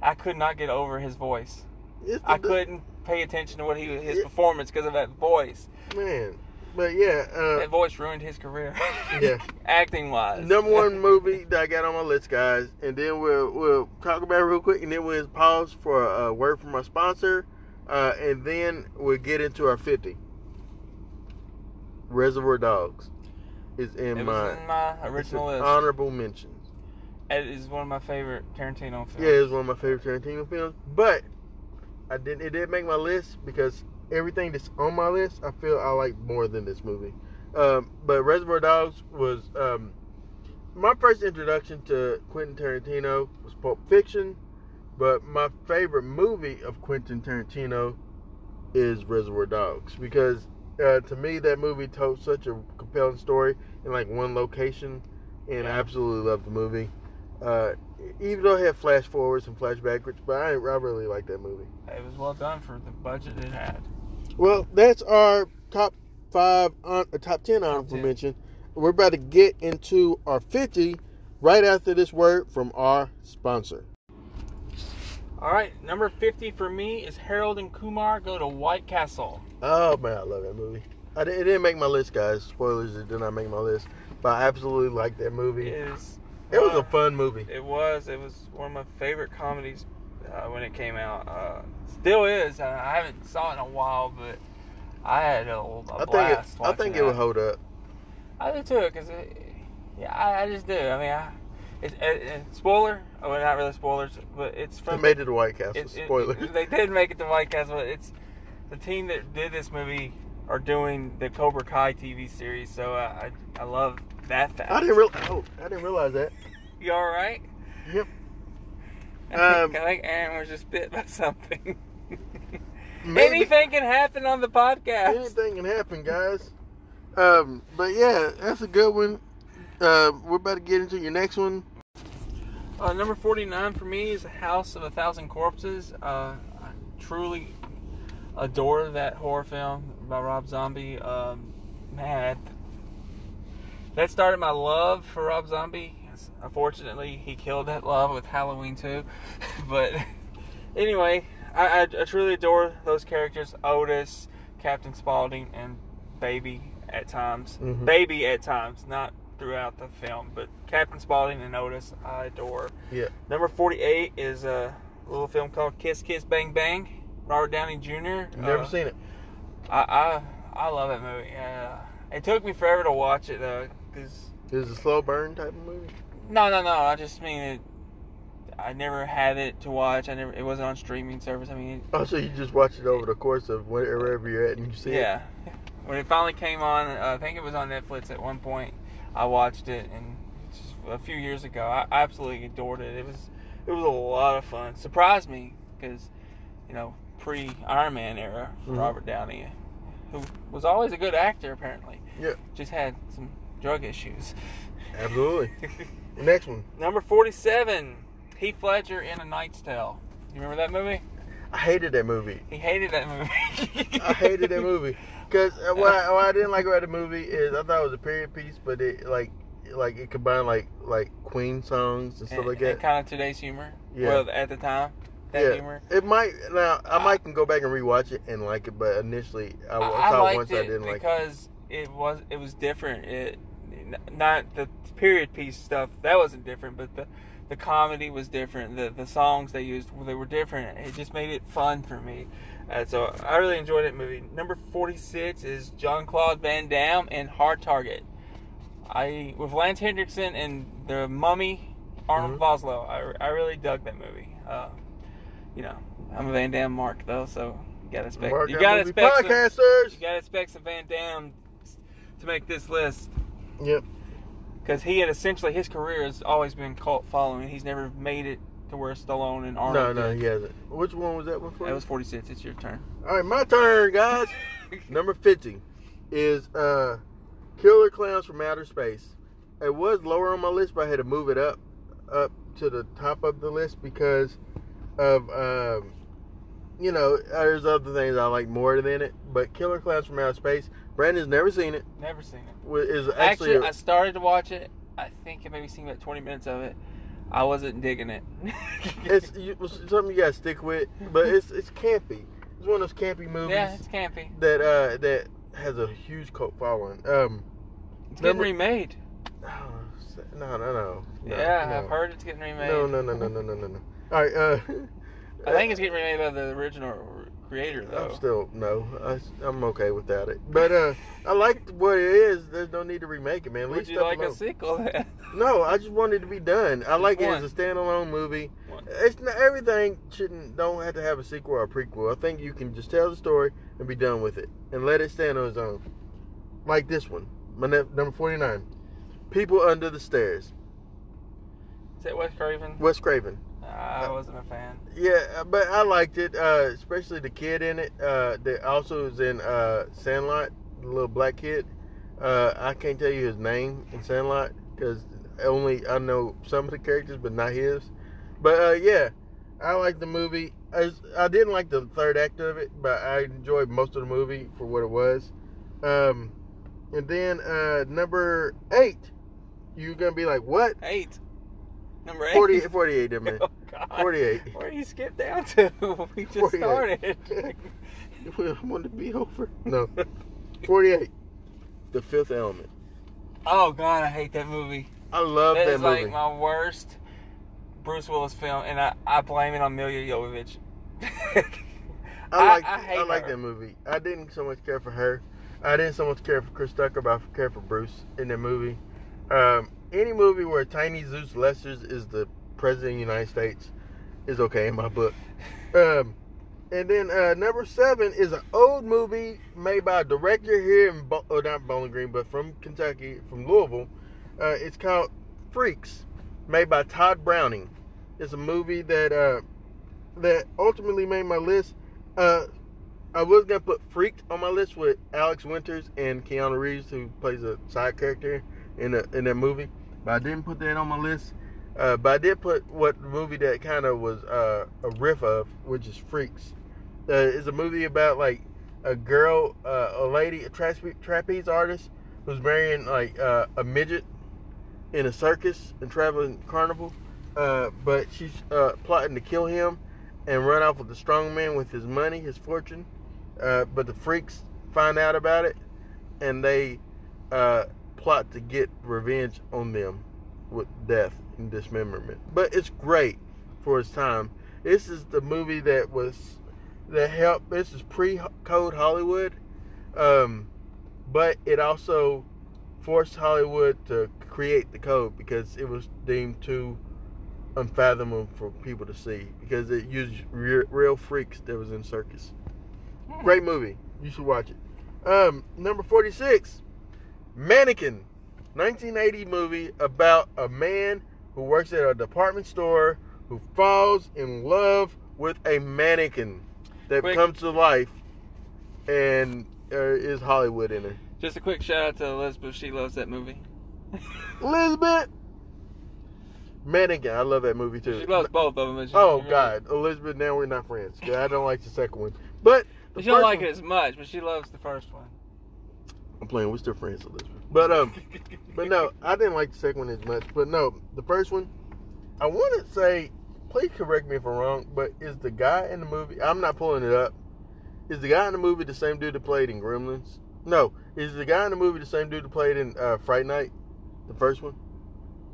Speaker 2: I could not get over his voice.
Speaker 1: It's the
Speaker 2: I
Speaker 1: du-
Speaker 2: couldn't pay attention to what he his
Speaker 1: Yeah.
Speaker 2: performance because of that voice.
Speaker 1: Man, but yeah, uh,
Speaker 2: That voice ruined his career.
Speaker 1: Yeah.
Speaker 2: Acting wise.
Speaker 1: number one movie that I got on my list, guys, and then we'll we'll talk about it real quick, and then we'll pause for a word from our sponsor, uh, and then we'll get into our fifty. Reservoir Dogs is in
Speaker 2: It
Speaker 1: my
Speaker 2: was in my
Speaker 1: it's an
Speaker 2: original list.
Speaker 1: honorable mentions.
Speaker 2: It is one of my favorite Tarantino films.
Speaker 1: Yeah, it's one of my favorite Tarantino films, but I didn't. It did make my list because everything that's on my list, I feel I like more than this movie. Um, but Reservoir Dogs was um, my first introduction to Quentin Tarantino was Pulp Fiction, but my favorite movie of Quentin Tarantino is Reservoir Dogs because uh, to me that movie told such a compelling story in like one location, and I
Speaker 2: Yeah.
Speaker 1: absolutely loved the movie. Uh, even though it had flash forwards and flash backwards, but I, I really like that movie.
Speaker 2: It was well done for the budget it had.
Speaker 1: Well, that's our top five, on, uh, top ten honorable
Speaker 2: 10.
Speaker 1: mention. We're about to get into our fifty right after this word from our sponsor.
Speaker 2: All right, number 50 for me is Harold and Kumar go to White Castle.
Speaker 1: Oh man, I love that movie. I didn't, it didn't make my list, guys. Spoilers, it did not make my list, but I absolutely liked that
Speaker 2: It
Speaker 1: movie.
Speaker 2: is
Speaker 1: It was a
Speaker 2: uh,
Speaker 1: fun movie.
Speaker 2: It was. It was one of my favorite comedies uh, when it came out. Uh, still is. Uh, I haven't saw it in a while, but I had a, a
Speaker 1: I think it,
Speaker 2: blast.
Speaker 1: I
Speaker 2: watching
Speaker 1: think
Speaker 2: that.
Speaker 1: it would hold up.
Speaker 2: I do too, cause it, yeah, I, I just do. I mean, I, it, it, it, spoiler. Oh, well, not really spoilers, but it's
Speaker 1: They
Speaker 2: from
Speaker 1: made it a White Castle.
Speaker 2: It- it-
Speaker 1: Spoiler.
Speaker 2: they did make it to White Castle. It's the team that did this movie are doing the Cobra Kai TV series, so I I, I love that fact.
Speaker 1: I didn't real. Oh, I didn't realize that.
Speaker 2: You all right?
Speaker 1: Yep.
Speaker 2: I
Speaker 1: Um,
Speaker 2: think, I think Aaron was just bit by something.
Speaker 1: Maybe-
Speaker 2: Anything can happen on the podcast.
Speaker 1: Anything can happen, guys. Um, but yeah, that's a good one. Uh, we're about to get into your next one.
Speaker 2: Uh, number 49 for me is House of a Thousand Corpses. Uh, I truly adore that horror film by Rob Zombie. Um, man, that- that started my love for Rob Zombie. Unfortunately, he killed that love with Halloween 2. but anyway, I, I, I truly adore those characters Otis, Captain Spaulding, and Baby at times.
Speaker 1: Mhm.
Speaker 2: Baby at times, not throughout the film, but Captain Spaulding and Otis, I adore.
Speaker 1: Yeah.
Speaker 2: Number 48 is a little film called Kiss Kiss Bang Bang. Robert Downey Jr.
Speaker 1: Never
Speaker 2: Uh,
Speaker 1: seen it.
Speaker 2: I, I I love that movie. Uh, it took me forever to watch it though, cause
Speaker 1: Is it a slow burn type of movie?
Speaker 2: no no no. I just mean it. I never had it to watch. I never. It wasn't on streaming service. I mean,
Speaker 1: Oh, so you just watch it over the course of wherever you're at and you see it?
Speaker 2: yeah. When it finally came on, uh, I think it was on Netflix at one point. I watched it, and just a few years ago, I absolutely adored it. It was it was a lot of fun. Surprised me because you know pre Iron Man era
Speaker 1: Mhm.
Speaker 2: Robert Downey, who was always a good actor apparently.
Speaker 1: Yeah.
Speaker 2: Just had some drug issues.
Speaker 1: Absolutely. The next one.
Speaker 2: Number forty-seven, Heath Ledger in A Knight's Tale. You remember that movie?
Speaker 1: I hated that movie.
Speaker 2: He hated that movie.
Speaker 1: I hated that movie because what, I- what I didn't like about the movie is I thought it was a period piece, but it like like it combined like like Queen songs and stuff like that.
Speaker 2: kind of today's humor.
Speaker 1: Yeah.
Speaker 2: Well, at the time, that
Speaker 1: Yeah.
Speaker 2: humor.
Speaker 1: It might now. I
Speaker 2: I-
Speaker 1: might can go back and rewatch it and like it, but initially I,
Speaker 2: I,
Speaker 1: wa-
Speaker 2: I
Speaker 1: saw it
Speaker 2: liked
Speaker 1: once
Speaker 2: it
Speaker 1: I didn't like. it.
Speaker 2: because it was it was different. It n- not the period piece stuff that wasn't different, but the the comedy was different. The the songs they used they were different. It just made it fun for me. Uh, so I really enjoyed that movie. Number forty six is John Claude Van Damme and Hard Target. I with Lance Hendrickson and the Mummy, Arnold
Speaker 1: Mm-hmm.
Speaker 2: Boslow. I, I really dug that movie. Uh, you know, I'm a Van Damme mark though, so you gotta expect
Speaker 1: Mark
Speaker 2: you
Speaker 1: out
Speaker 2: gotta
Speaker 1: movie
Speaker 2: expect some-
Speaker 1: podcasters.
Speaker 2: you gotta expect some Van Damme to make this list
Speaker 1: Yep.
Speaker 2: because he had essentially his career has always been cult following. He's never made it to where Stallone and
Speaker 1: No,
Speaker 2: Arnold.
Speaker 1: no,
Speaker 2: did.
Speaker 1: he hasn't. Which one was that one for?
Speaker 2: That was 46. It's your turn.
Speaker 1: All right, my turn, guys. Number fifty is uh, Killer Clowns from Outer Space. It was lower on my list, but I had to move it up up to the top of the list because of um, you know there's other things I like more than it. But Killer Clowns from Outer Space, Brandon's never seen it.
Speaker 2: Never seen it.
Speaker 1: wa- Is actually,
Speaker 2: Actually, I started to watch it. I think I maybe seen about 20 minutes of it. I wasn't digging it.
Speaker 1: it's, you, it's something you gotta stick with, but it's it's campy. It's one of those campy movies
Speaker 2: yeah, it's campy.
Speaker 1: that uh that has a huge cult following. Um,
Speaker 2: It's getting
Speaker 1: Number-
Speaker 2: remade.
Speaker 1: oh, no, no, no, no.
Speaker 2: yeah,
Speaker 1: no.
Speaker 2: I've heard it's getting remade.
Speaker 1: No, no, no, no, no, no, no, no. All right, uh,
Speaker 2: I think it's getting remade by the original creator though.
Speaker 1: I'm still no. I, am okay without it, but uh, I like what it is. There's no need to remake it, man. Leave
Speaker 2: Would you
Speaker 1: stuff
Speaker 2: like
Speaker 1: alone.
Speaker 2: a sequel? Then?
Speaker 1: No, I just wanted to be done. I
Speaker 2: Just
Speaker 1: like it
Speaker 2: one.
Speaker 1: as a standalone movie.
Speaker 2: One.
Speaker 1: It's not, everything shouldn't don't have to have a sequel or a prequel. I think you can just tell the story and be done with it and let it stand on its own. Like this one, my ne- number forty nine, People Under the Stairs,
Speaker 2: Is that Wes Craven?
Speaker 1: Wes Craven.
Speaker 2: I wasn't a fan.
Speaker 1: Yeah, but I liked it, uh, especially the kid in it. Uh, that also is in uh, Sandlot, the little black kid. Uh, I can't tell you his name in Sandlot because only I know some of the characters, but not his. But uh, yeah, I liked the movie. I, I didn't like the third act of it, but I enjoyed most of the movie for what it was. Um, and then uh, number eight, you're gonna be like, what?
Speaker 2: Eight. Number eight.
Speaker 1: 48, 48 I mean.
Speaker 2: Oh, God.
Speaker 1: 48.
Speaker 2: Where do you skip down to? We just
Speaker 1: 48.
Speaker 2: started.
Speaker 1: I want to be over. No. 48. The Fifth Element.
Speaker 2: oh God, I hate that movie.
Speaker 1: I love
Speaker 2: that
Speaker 1: that,
Speaker 2: is
Speaker 1: movie.
Speaker 2: like my worst Bruce Willis film, and I, I blame it on Milia Jovovich.
Speaker 1: I like
Speaker 2: I- I
Speaker 1: I,
Speaker 2: hate
Speaker 1: like
Speaker 2: her.
Speaker 1: that movie. I didn't so much care for her. I didn't so much care for Chris Tucker, but I care for Bruce in that movie. Um, any movie where Tiny Zeus Lessers is the president of the United States is okay in my book. Um, And then uh, number seven is an old movie made by a director here in Bo- oh, not Bowling Green, but from Kentucky, from Louisville. Uh, it's called Freaks, made by Todd Browning. It's a movie that uh, that ultimately made my list. Uh, I was gonna put Freaked on my list with Alex Winters and Keanu Reeves, who plays a side character in the in that movie, but I didn't put that on my list. Uh, but I did put what movie that kind of was uh, a riff of, which is Freaks. Uh, it's a movie about like a girl, uh, a lady, a trape- trapeze artist who's marrying like uh, a midget in a circus and traveling carnival. Uh, but she's uh, plotting to kill him and run off with the strong man with his money, his fortune. Uh, but the freaks find out about it and they uh, plot to get revenge on them with death and dismemberment. But it's great for its time. This is the movie that was that helped. This is pre-code Hollywood, um, but it also forced Hollywood to create the code because it was deemed too unfathomable for people to see because it used re- real freaks that was in circus. Great movie. You should watch it. Um, number forty-six, Mannequin. 1980 movie about a man who works at a department store who falls in love with a mannequin that
Speaker 2: Quick.
Speaker 1: comes to life and uh, is Hollywood in her.
Speaker 2: Just a quick shout out to Elizabeth. She loves that movie.
Speaker 1: Elizabeth Mannequin. I love that movie too.
Speaker 2: She loves both of them. but she-
Speaker 1: oh God, Elizabeth. Now we're not friends. 'cause I don't like the second one, but the
Speaker 2: She don't
Speaker 1: first
Speaker 2: like
Speaker 1: one-
Speaker 2: it as much, but she loves the first one.
Speaker 1: I'm playing. We're still friends, Elizabeth. But um, but no, I didn't like the second one as much. But no, the first one, I want to say, please correct me if I'm wrong, but is the guy in the movie? I'm not pulling it up. Is the guy in the movie the same dude that played in Gremlins? No, is the guy in the movie the same dude that played in uh, Fright Night, the first one?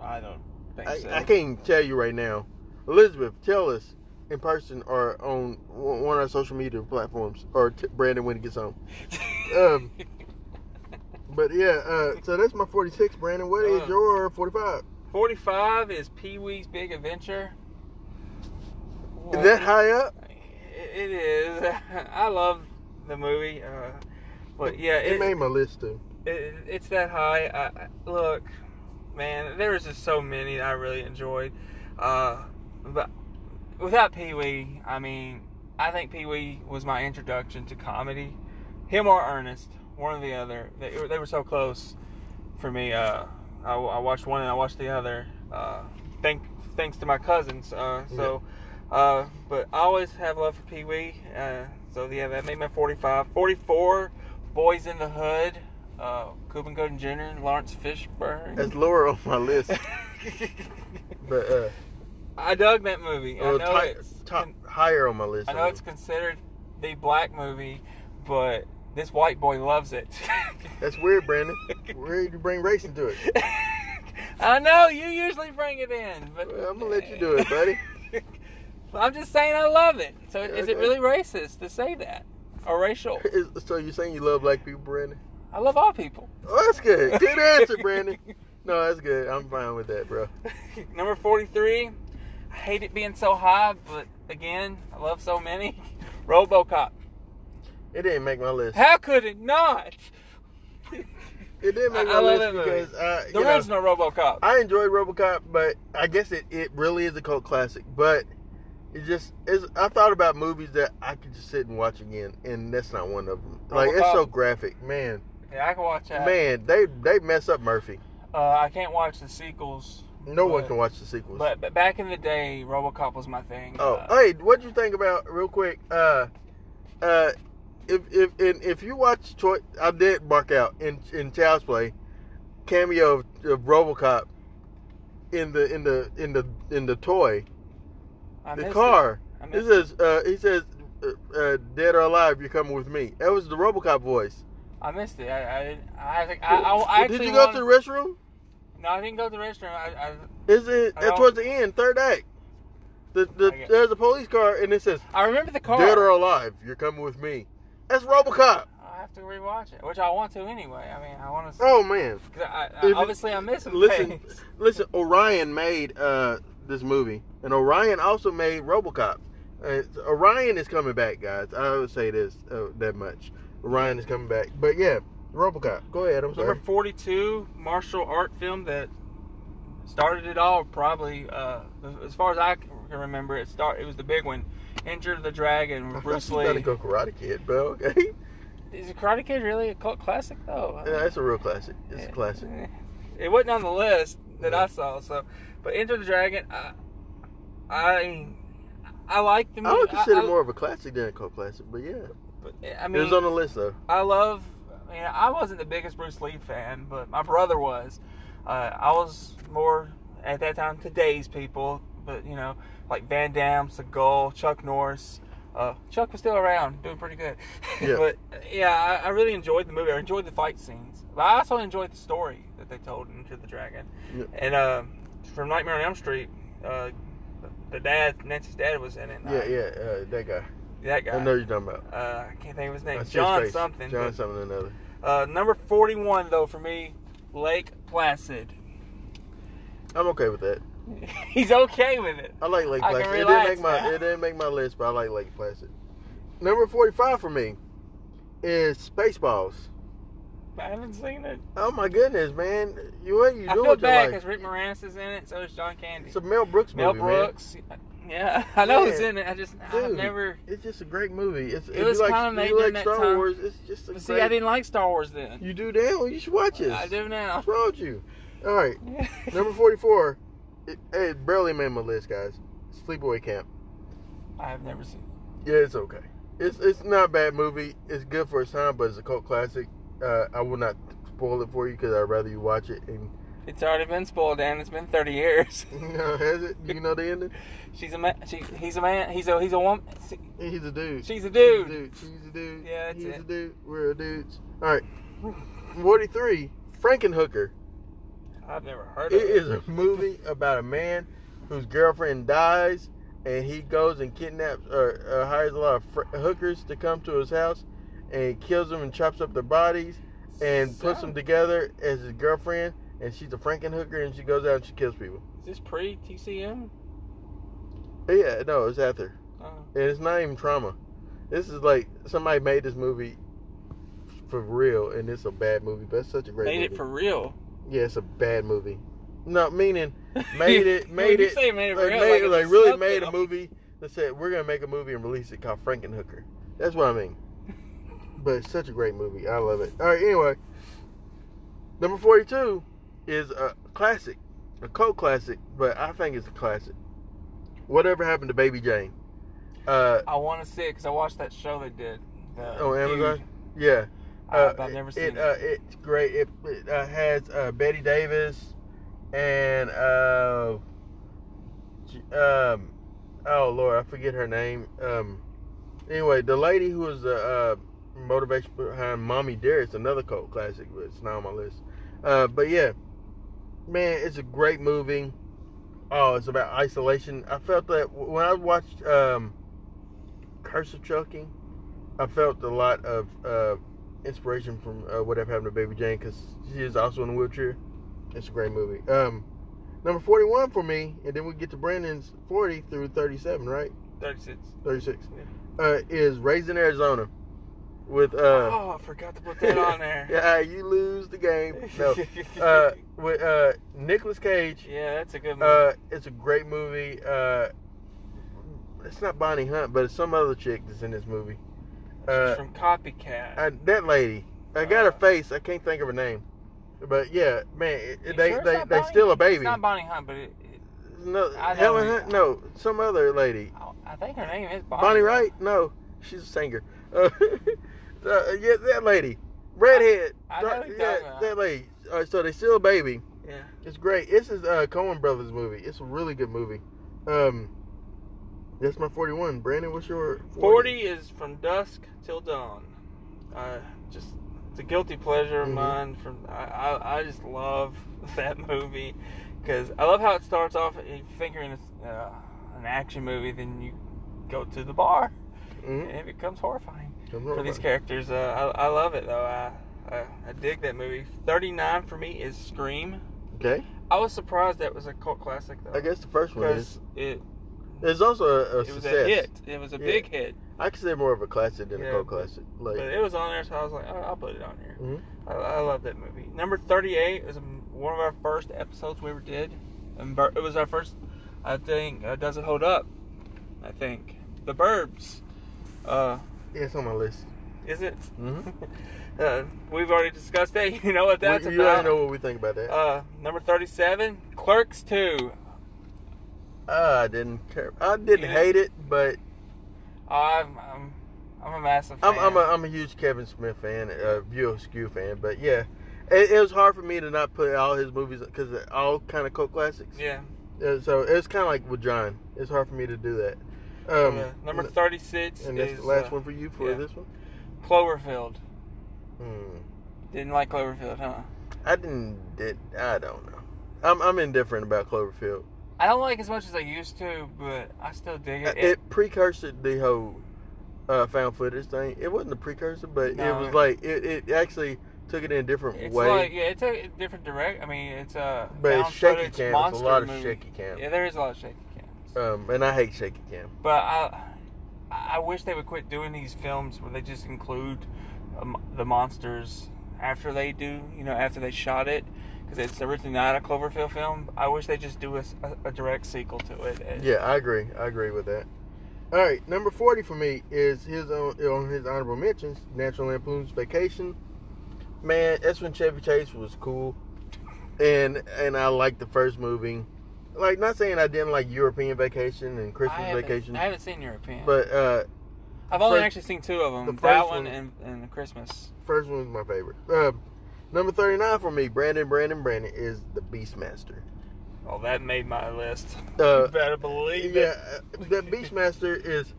Speaker 2: I don't think
Speaker 1: I,
Speaker 2: so.
Speaker 1: I can't even tell you right now. Elizabeth, tell us in person or on one one of our social media platforms or t- Brandon when he gets home. Um, but yeah, uh, so that's my 46, Brandon. What is
Speaker 2: Uh.
Speaker 1: your 45?
Speaker 2: 45 is Pee Wee's Big Adventure.
Speaker 1: Is that high up?
Speaker 2: It is. I love the movie. Uh, but yeah,
Speaker 1: It
Speaker 2: it,
Speaker 1: made my list too.
Speaker 2: it, it's that high. I, I- look, man, there was just so many I really enjoyed. Uh, but without Pee Wee, I mean, I think Pee Wee was my introduction to comedy. Him or Ernest, one or the other. They, they were so close for me. Uh, I, I watched one and I watched the other. Uh, thank, thanks to my cousins. Uh, so, uh, but I always have love for Pee Wee. Uh, so yeah, that made my 45, 44. Boys in the Hood, uh, Cuban Gooding Jr., and Lawrence Fishburne.
Speaker 1: That's lower on my list. but uh,
Speaker 2: I dug that movie. I
Speaker 1: well,
Speaker 2: know
Speaker 1: ti-
Speaker 2: it's
Speaker 1: top higher on my list.
Speaker 2: I know it's considered the black movie, but this white boy loves it.
Speaker 1: That's weird, Brandon. Where did you bring race into it?
Speaker 2: I know you usually bring it in, but
Speaker 1: Well, I'm gonna let you do it, buddy.
Speaker 2: I'm just saying I love it. So is it
Speaker 1: Okay.
Speaker 2: really racist to say that or racial?
Speaker 1: Is- so you're saying you love black people, Brandon?
Speaker 2: I love all people.
Speaker 1: Oh, that's good. Good answer, Brandon. No, that's good. I'm fine with that, bro.
Speaker 2: Number 43. I hate it being so high, but again, I love so many. RoboCop.
Speaker 1: It didn't make my list.
Speaker 2: How could it not?
Speaker 1: It didn't make my
Speaker 2: I- I love
Speaker 1: list
Speaker 2: that movie.
Speaker 1: because uh, you
Speaker 2: The
Speaker 1: know,
Speaker 2: original RoboCop.
Speaker 1: I enjoyed RoboCop, but I guess it, it really is a cult classic. But it just is. I thought about movies that I could just sit and watch again, and that's not one of them. Like it's so
Speaker 2: RoboCop.
Speaker 1: graphic, man.
Speaker 2: Yeah, I can watch that.
Speaker 1: Man, they they mess up Murphy.
Speaker 2: Uh, I can't watch the sequels.
Speaker 1: No one
Speaker 2: But-
Speaker 1: can watch the sequels.
Speaker 2: But, but back in the day, RoboCop was my thing.
Speaker 1: Oh,
Speaker 2: Uh,
Speaker 1: hey, what'd you think about real quick? Uh, uh, if if and if you watch, Choi- I did bark out in in Child's Play, cameo of, of RoboCop in the in the in the in the toy,
Speaker 2: I
Speaker 1: the
Speaker 2: miss
Speaker 1: car.
Speaker 2: it. I
Speaker 1: He
Speaker 2: miss it.
Speaker 1: says, uh, he says, uh, uh, dead or alive, you're coming with me. That was the RoboCop voice.
Speaker 2: I missed it. I, I, didn't- I, I, I, I, I actually
Speaker 1: did you go
Speaker 2: wanted-
Speaker 1: to the restroom?
Speaker 2: No, I didn't go to the restroom. I, I,
Speaker 1: Is it uh,
Speaker 2: I don't-
Speaker 1: towards the end, third act? The, the,
Speaker 2: I get-
Speaker 1: there's a police car and it says,
Speaker 2: I remember the car.
Speaker 1: dead or alive, you're coming with me. That's RoboCop.
Speaker 2: I have to rewatch it, which I want to anyway. I mean, I want to.
Speaker 1: Oh man,
Speaker 2: Cause I, I,
Speaker 1: If it-
Speaker 2: obviously, I'm missing
Speaker 1: listen,
Speaker 2: things.
Speaker 1: listen. Orion made uh, this movie, and Orion also made RoboCop. Uh, Orion is coming back, guys. I would say this uh, that much. Orion is coming back, but yeah, RoboCop. Go ahead. I'm
Speaker 2: Number
Speaker 1: sorry.
Speaker 2: 42, martial art film that started it all. Probably, uh, as far as I can remember, it start. It was the big one, Enter the Dragon
Speaker 1: I
Speaker 2: with
Speaker 1: thought
Speaker 2: Bruce
Speaker 1: you was about to go
Speaker 2: Lee.
Speaker 1: Karate Kid, bro. Okay,
Speaker 2: Is Karate Kid really a cult classic though? Eh,
Speaker 1: yeah, that's a real classic. It's a
Speaker 2: Yeah.
Speaker 1: classic.
Speaker 2: It wasn't on the list that
Speaker 1: Yeah.
Speaker 2: I saw. So, but Enter the Dragon, I, I, I like the
Speaker 1: I
Speaker 2: movie.
Speaker 1: would consider
Speaker 2: I,
Speaker 1: more of a classic than a cult classic, but yeah,
Speaker 2: but, I
Speaker 1: it
Speaker 2: mean,
Speaker 1: was on the list though.
Speaker 2: I love. I mean, I wasn't the biggest Bruce Lee fan, but my brother was. Uh, I was more at that time today's people, but you know, like Van Damme, Seagal, Chuck Norris. Uh, Chuck was still around, doing pretty good.
Speaker 1: Yeah.
Speaker 2: but yeah, I, I really enjoyed the movie. I enjoyed the fight scenes, but I also enjoyed the story that they told in Into the Dragon.
Speaker 1: Yeah.
Speaker 2: And uh, from Nightmare on Elm Street, uh, the dad, Nancy's dad, was in it. and
Speaker 1: Yeah,
Speaker 2: I-
Speaker 1: yeah, uh, that guy.
Speaker 2: That guy.
Speaker 1: I know you're talking about.
Speaker 2: Uh, I can't think of his
Speaker 1: I see
Speaker 2: name.
Speaker 1: his
Speaker 2: John
Speaker 1: face.
Speaker 2: something.
Speaker 1: John
Speaker 2: but-
Speaker 1: something or another.
Speaker 2: uh, number 41, though, for me, Lake Placid.
Speaker 1: I'm okay with that.
Speaker 2: He's okay with it.
Speaker 1: I like Lake
Speaker 2: I can
Speaker 1: Placid. It didn't
Speaker 2: relax
Speaker 1: make my
Speaker 2: now.
Speaker 1: it didn't make my list, but I like Lake Placid. Number forty five for me is Spaceballs.
Speaker 2: I haven't seen it.
Speaker 1: Oh my goodness, man! You what you doing
Speaker 2: I feel
Speaker 1: with your
Speaker 2: bad
Speaker 1: life?
Speaker 2: because Rick Moranis is in it, so is John Candy.
Speaker 1: It's a Mel Brooks movie,
Speaker 2: Mel Brooks. Yeah, I know who's
Speaker 1: Yeah.
Speaker 2: in it. I just, I've
Speaker 1: Dude.
Speaker 2: never.
Speaker 1: man. It's just a great movie. It's if
Speaker 2: was
Speaker 1: you like,
Speaker 2: kinda
Speaker 1: if
Speaker 2: made
Speaker 1: you
Speaker 2: during
Speaker 1: like
Speaker 2: that
Speaker 1: Star
Speaker 2: time.
Speaker 1: Wars. It's just a
Speaker 2: But
Speaker 1: great.
Speaker 2: see, I didn't like Star Wars then.
Speaker 1: You do now. You should watch this.
Speaker 2: I do now.
Speaker 1: What's wrong with you? All right, number forty four. It, it barely made my list, guys. Sleepaway Camp.
Speaker 2: I've never seen
Speaker 1: Yeah, it's okay. It's it's not a bad movie. It's good for its time, but it's a cult classic. Uh, I will not spoil it for you because I'd rather you watch it. And
Speaker 2: it. It's already been spoiled, Dan. It's been 30 years.
Speaker 1: you know, has it? Do you know the ending?
Speaker 2: She's a man. She, he's a man. He's a, he's a woman.
Speaker 1: He's a dude.
Speaker 2: She's a dude.
Speaker 1: She's a dude.
Speaker 2: Yeah, that's
Speaker 1: He's
Speaker 2: it.
Speaker 1: a dude. We're a dudes. All right. Forty-three. Frankenhooker.
Speaker 2: I've never heard
Speaker 1: It
Speaker 2: of it.
Speaker 1: is a movie about a man whose girlfriend dies, and he goes and kidnaps or, or hires a lot of fr- hookers to come to his house, and he kills them and chops up their bodies. and puts them
Speaker 2: Sound-
Speaker 1: together as his girlfriend, and she's a Frankenhooker, and she goes out and she kills people.
Speaker 2: Is this pre TCM?
Speaker 1: But yeah, no, it's after,
Speaker 2: Oh.
Speaker 1: and it's not even trauma. This is like somebody made this movie for real, and it's a bad movie, but it's such a great
Speaker 2: Made
Speaker 1: movie.
Speaker 2: it for real.
Speaker 1: yeah, it's a bad movie. No, meaning made it,
Speaker 2: When
Speaker 1: made
Speaker 2: you
Speaker 1: it,
Speaker 2: say made it
Speaker 1: like,
Speaker 2: real,
Speaker 1: made-
Speaker 2: like it's
Speaker 1: like, really
Speaker 2: something
Speaker 1: made a
Speaker 2: else.
Speaker 1: movie that said we're gonna make a movie and release it called Frankenhooker. That's what I mean. But it's such a great movie. I love it. All right. Anyway, number forty-two is a classic, a cult classic, but I think it's a classic. Whatever happened to Baby Jane? Uh,
Speaker 2: I want to see it because I watched that show they did. The
Speaker 1: on
Speaker 2: Dude.
Speaker 1: Amazon. Yeah.
Speaker 2: I-
Speaker 1: Uh,
Speaker 2: I've never seen it.
Speaker 1: Uh, it's great. It, it uh, has uh, Betty Davis and uh, J- um, oh Lord, I forget her name. Um, anyway, the lady who was the uh, motivation behind Mommy Dear, it's another cult classic, but it's not on my list. Uh, but yeah, man, it's a great movie. Oh, it's about isolation. I felt that w- when I watched um, Curse of Chucky, I felt a lot of uh, inspiration from uh, whatever happened to Baby Jane because she is also in a wheelchair. It's a great movie. Um, number forty-one for me, and then we get to Brandon's forty through thirty-seven, right?
Speaker 2: 36.
Speaker 1: Thirty-six uh, is Raising Arizona with uh,
Speaker 2: oh, I forgot to put that on there.
Speaker 1: yeah, you lose the game. No, uh, with uh, Nicolas Cage
Speaker 2: yeah, that's a good movie.
Speaker 1: uh, it's a great movie. Uh, it's not Bonnie Hunt, but it's some other chick that's in this movie.
Speaker 2: She's
Speaker 1: Uh,
Speaker 2: from Copycat.
Speaker 1: I, that lady, I got her
Speaker 2: Uh,
Speaker 1: face. I can't think of her name, but yeah, man, it-
Speaker 2: You
Speaker 1: they
Speaker 2: sure it's
Speaker 1: they,
Speaker 2: not
Speaker 1: they
Speaker 2: Bonnie?
Speaker 1: still a
Speaker 2: It's
Speaker 1: baby.
Speaker 2: not Bonnie Hunt, but it, it,
Speaker 1: No,
Speaker 2: I know
Speaker 1: Helen
Speaker 2: it.
Speaker 1: Hunt. No, some other lady.
Speaker 2: I- I think her name is Bonnie.
Speaker 1: Bonnie Wright? No, she's a singer. Uh, uh, yeah, that lady, redhead.
Speaker 2: I know who you're
Speaker 1: yeah,
Speaker 2: talking about.
Speaker 1: that lady. All right, so they still a baby.
Speaker 2: Yeah.
Speaker 1: It's great. This is uh Cohen Brothers movie. It's a really good movie. Um That's my forty one. Brandon, what's your
Speaker 2: 40 is From Dusk Till Dawn. Uh, just it's a guilty pleasure of
Speaker 1: Mhm.
Speaker 2: mine. From I, I, I just love that movie because I love how it starts off. You think you're in a, uh, an action movie, then you go to the bar, and
Speaker 1: Mhm.
Speaker 2: it becomes horrifying
Speaker 1: Come
Speaker 2: for
Speaker 1: on,
Speaker 2: these
Speaker 1: Brian.
Speaker 2: characters. Uh, I, I love it though. I, I I dig that movie. 39 for me is Scream.
Speaker 1: Okay.
Speaker 2: I was surprised that was a cult classic though
Speaker 1: I guess the first one is
Speaker 2: because it
Speaker 1: It's also a, a
Speaker 2: It was
Speaker 1: success.
Speaker 2: a hit. It was a
Speaker 1: Yeah.
Speaker 2: big hit.
Speaker 1: I consider it more of a classic than
Speaker 2: Yeah,
Speaker 1: a cult
Speaker 2: but-
Speaker 1: classic. Like,
Speaker 2: But it was on there, so I was like, oh, I'll put it on here.
Speaker 1: Mhm.
Speaker 2: I, I love that movie. Number 38 is um, one of our first episodes we ever did. And Bur- it was our first, I think, uh, Does It Hold Up? I think. The Burbs. Uh,
Speaker 1: yeah, it's on my list.
Speaker 2: is it?
Speaker 1: Mhm.
Speaker 2: uh, we've already discussed that. You know what that's
Speaker 1: we, you
Speaker 2: about.
Speaker 1: already know what we think about that.
Speaker 2: Uh, number 37, Clerks 2.
Speaker 1: I didn't care. I didn't
Speaker 2: Yeah.
Speaker 1: hate it, but
Speaker 2: I'm, I'm, I'm a massive fan.
Speaker 1: I'm I'm a, I'm a huge Kevin Smith fan, a View Skew fan. But yeah, it, it was hard for me to not put all his movies because they're all kind of cult classics.
Speaker 2: Yeah.
Speaker 1: Uh, so it's kind of like with John. It's hard for me to do that. Um,
Speaker 2: yeah. Number
Speaker 1: and-
Speaker 2: 36
Speaker 1: and that's
Speaker 2: is
Speaker 1: the last
Speaker 2: uh,
Speaker 1: one for you for
Speaker 2: yeah.
Speaker 1: this one.
Speaker 2: Cloverfield.
Speaker 1: Hmm.
Speaker 2: Didn't like Cloverfield, huh?
Speaker 1: I didn't. Did I don't know. I'm I'm indifferent about Cloverfield.
Speaker 2: I don't like as much as I used to, but I still dig
Speaker 1: Uh,
Speaker 2: it.
Speaker 1: It precursored the whole uh, found footage thing. It wasn't a precursor, but
Speaker 2: No.
Speaker 1: it was like it, it actually took it in a different
Speaker 2: it's
Speaker 1: way.
Speaker 2: like yeah, it's a different direct. I mean, it's a
Speaker 1: but it's
Speaker 2: found
Speaker 1: shaky
Speaker 2: footage
Speaker 1: cam. It's a
Speaker 2: monster
Speaker 1: lot of
Speaker 2: movie.
Speaker 1: shaky cam.
Speaker 2: Yeah, there is a lot of shaky cams.
Speaker 1: Um, and I hate shaky cam.
Speaker 2: But I, I wish they would quit doing these films where they just include um, the monsters after they do, you know, after they shot it, because it's originally not a Cloverfield film. I wish they just do a, s- a- a direct sequel to it. And-
Speaker 1: Yeah, I agree. I agree with that. All right, number forty for me is his own on his honorable mentions: National Lampoon's Vacation. Man, that's when Chevy Chase was cool, and and I liked the first movie. Like, not saying I didn't like European Vacation and
Speaker 2: I
Speaker 1: Christmas
Speaker 2: haven't,
Speaker 1: Vacation,
Speaker 2: I haven't seen European,
Speaker 1: but uh,
Speaker 2: I've only
Speaker 1: first-
Speaker 2: actually seen two of them:
Speaker 1: the
Speaker 2: that
Speaker 1: first
Speaker 2: one
Speaker 1: one-
Speaker 2: and, and Christmas.
Speaker 1: first one's my favorite. Uh, number thirty-nine for me, Brandon, Brandon, Brandon is the Beastmaster.
Speaker 2: Oh, that made my list.
Speaker 1: Uh,
Speaker 2: you better believe
Speaker 1: yeah,
Speaker 2: it.
Speaker 1: uh, the Beastmaster is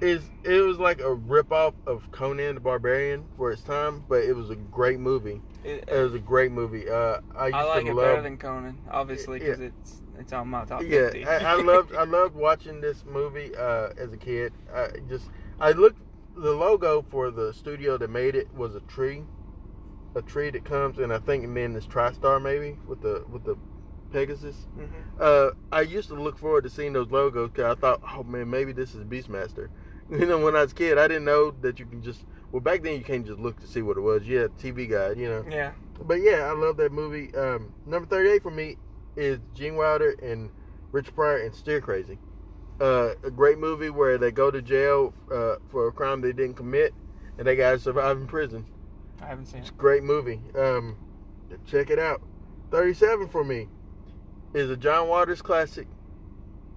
Speaker 1: is it was like a ripoff of Conan the Barbarian for its time, but it was a great movie.
Speaker 2: It-
Speaker 1: It was a great movie. Uh, I used
Speaker 2: I like
Speaker 1: to
Speaker 2: it better
Speaker 1: love.
Speaker 2: than Conan, obviously, because it's it's on my top.
Speaker 1: yeah,
Speaker 2: 50.
Speaker 1: I, I loved I loved watching this movie uh, as a kid. I just I looked the logo for the studio that made it was a tree, a tree that comes and I think and then this TriStar maybe with the with the Pegasus.
Speaker 2: Mhm.
Speaker 1: uh, I used to look forward to seeing those logos because I thought, oh man, maybe this is Beastmaster. You know, when I was a kid, I didn't know that you can just. Well, back then you can't just look to see what it was. Yeah, TV guide, you know.
Speaker 2: Yeah,
Speaker 1: But yeah, I love that movie. Um, number thirty-eight for me is Gene Wilder and Rich Pryor and Steer Crazy. Uh, a great movie where they go to jail uh, for a crime they didn't commit, and they got to survive in prison.
Speaker 2: I haven't seen
Speaker 1: It's
Speaker 2: it.
Speaker 1: a great movie. Um, check it out. 37 for me is a John Waters classic.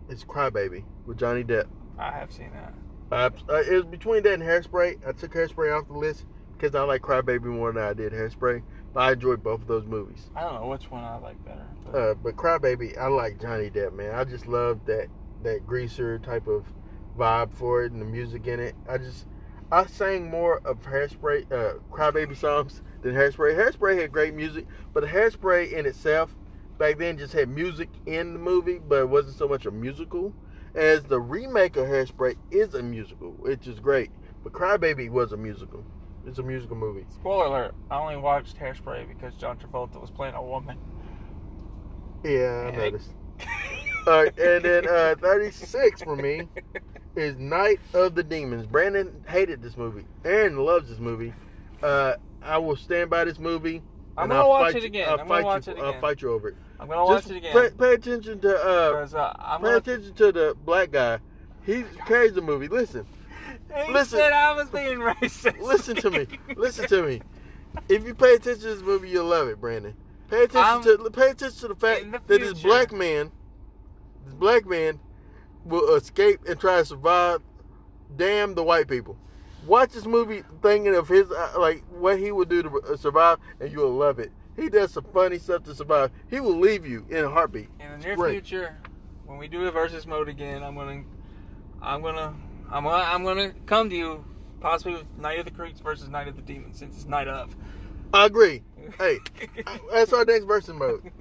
Speaker 1: It's Crybaby with Johnny Depp.
Speaker 2: I have seen that.
Speaker 1: Uh, it was between that and Hairspray. I took Hairspray off the list because I like Crybaby more than I did Hairspray. But I enjoyed both of those movies.
Speaker 2: I don't know which one I like better. But
Speaker 1: Uh, but Crybaby, I like Johnny Depp, man. I just love that that greaser type of vibe for it and the music in it. I just I sang more of Hairspray, uh, Crybaby songs than Hairspray. Hairspray had great music, but Hairspray in itself back then just had music in the movie, but it wasn't so much a musical. As the remake of Hairspray is a musical, which is great. But Crybaby was a musical. It's a musical movie.
Speaker 2: Spoiler alert: I only watched Hairspray because John Travolta was playing a woman.
Speaker 1: Yeah, I
Speaker 2: Yeah.
Speaker 1: noticed. All right, and then uh, 36 for me is Night of the Demons. Brandon hated this movie. Aaron loves this movie. Uh, I will stand by this movie.
Speaker 2: I'm
Speaker 1: and
Speaker 2: gonna
Speaker 1: I'll
Speaker 2: watch
Speaker 1: fight
Speaker 2: it
Speaker 1: you-
Speaker 2: again.
Speaker 1: I'll
Speaker 2: I'm
Speaker 1: fight
Speaker 2: gonna watch
Speaker 1: you,
Speaker 2: it
Speaker 1: I'll
Speaker 2: again.
Speaker 1: fight you over it.
Speaker 2: I'm gonna watch
Speaker 1: Just
Speaker 2: it again
Speaker 1: Pay, pay attention to uh,
Speaker 2: because uh, I'm
Speaker 1: pay
Speaker 2: gonna.
Speaker 1: attention to the black guy. He carries the movie. Listen,
Speaker 2: He
Speaker 1: listen.
Speaker 2: said I was being racist.
Speaker 1: listen to me. Listen to me. If you pay attention to this movie, you'll love it, Brandon. Pay attention
Speaker 2: I'm-
Speaker 1: to pay attention to the fact
Speaker 2: in the
Speaker 1: that this
Speaker 2: future.
Speaker 1: black man, this black man, will escape and try to survive. Damn the white people. Watch this movie, thinking of his uh, like what he would do to uh, survive, and you'll love it. He does some funny stuff to survive. He will leave you in a heartbeat.
Speaker 2: In the
Speaker 1: It's
Speaker 2: near
Speaker 1: great.
Speaker 2: future, when we do a versus mode again, I'm gonna, I'm gonna, I'm gonna, I'm gonna come to you, possibly with Night of the Creeps versus Night of the Demons, since it's Night of.
Speaker 1: I agree. Hey, I- that's our next version mode.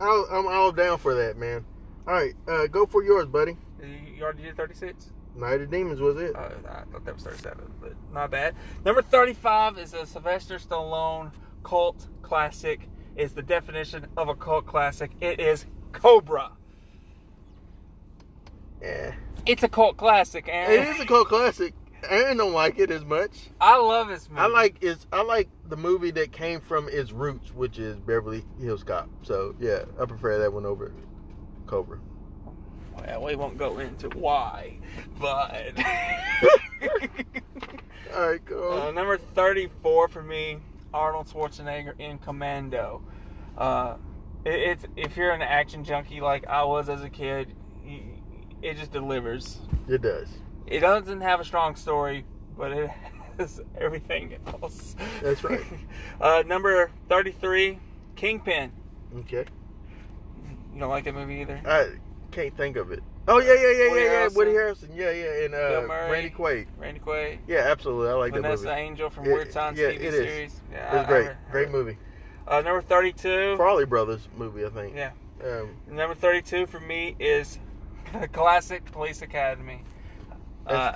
Speaker 1: I'll, I'm all down for that, man. All right, uh, go for yours, buddy.
Speaker 2: You already did 36?
Speaker 1: Night of Demons was it?
Speaker 2: Uh, I thought that was 37, but my bad. Number 35 is a Sylvester Stallone cult classic. It's the definition of a cult classic. It is Cobra.
Speaker 1: eh.
Speaker 2: It's a cult classic,
Speaker 1: It
Speaker 2: Aaron.
Speaker 1: is a cult classic. Aaron don't like it as much.
Speaker 2: I love this movie.
Speaker 1: I like is I like the movie that came from its roots, which is Beverly Hills Cop. So yeah, I prefer that one over Cobra.
Speaker 2: Well, we won't go into why, but
Speaker 1: All right, go.
Speaker 2: uh,
Speaker 1: on.
Speaker 2: number thirty-four for me, Arnold Schwarzenegger in Commando. Uh, it, it's if you're an action junkie like I was as a kid, y- it just delivers.
Speaker 1: it does.
Speaker 2: It doesn't have a strong story, but it has everything else.
Speaker 1: That's right.
Speaker 2: uh, number thirty-three, Kingpin.
Speaker 1: Okay.
Speaker 2: You don't like that movie either.
Speaker 1: I can't think of it. Oh yeah, yeah, yeah,
Speaker 2: Uh, Woody
Speaker 1: yeah, yeah.
Speaker 2: Harrelson.
Speaker 1: Woody Harrison. Yeah, yeah, and
Speaker 2: Bill
Speaker 1: uh,
Speaker 2: Murray.
Speaker 1: Randy Quaid.
Speaker 2: Randy Quaid,
Speaker 1: Yeah, absolutely. I like
Speaker 2: Vanessa
Speaker 1: that movie.
Speaker 2: Angel from
Speaker 1: It-
Speaker 2: Weird Science
Speaker 1: yeah,
Speaker 2: TV
Speaker 1: it is.
Speaker 2: series. Yeah, I- I
Speaker 1: It's great.
Speaker 2: heard-
Speaker 1: Great movie.
Speaker 2: Uh, number 32.
Speaker 1: Farley Brothers movie, I think.
Speaker 2: Yeah.
Speaker 1: Um,
Speaker 2: Number 32 for me is the classic Police Academy. Uh,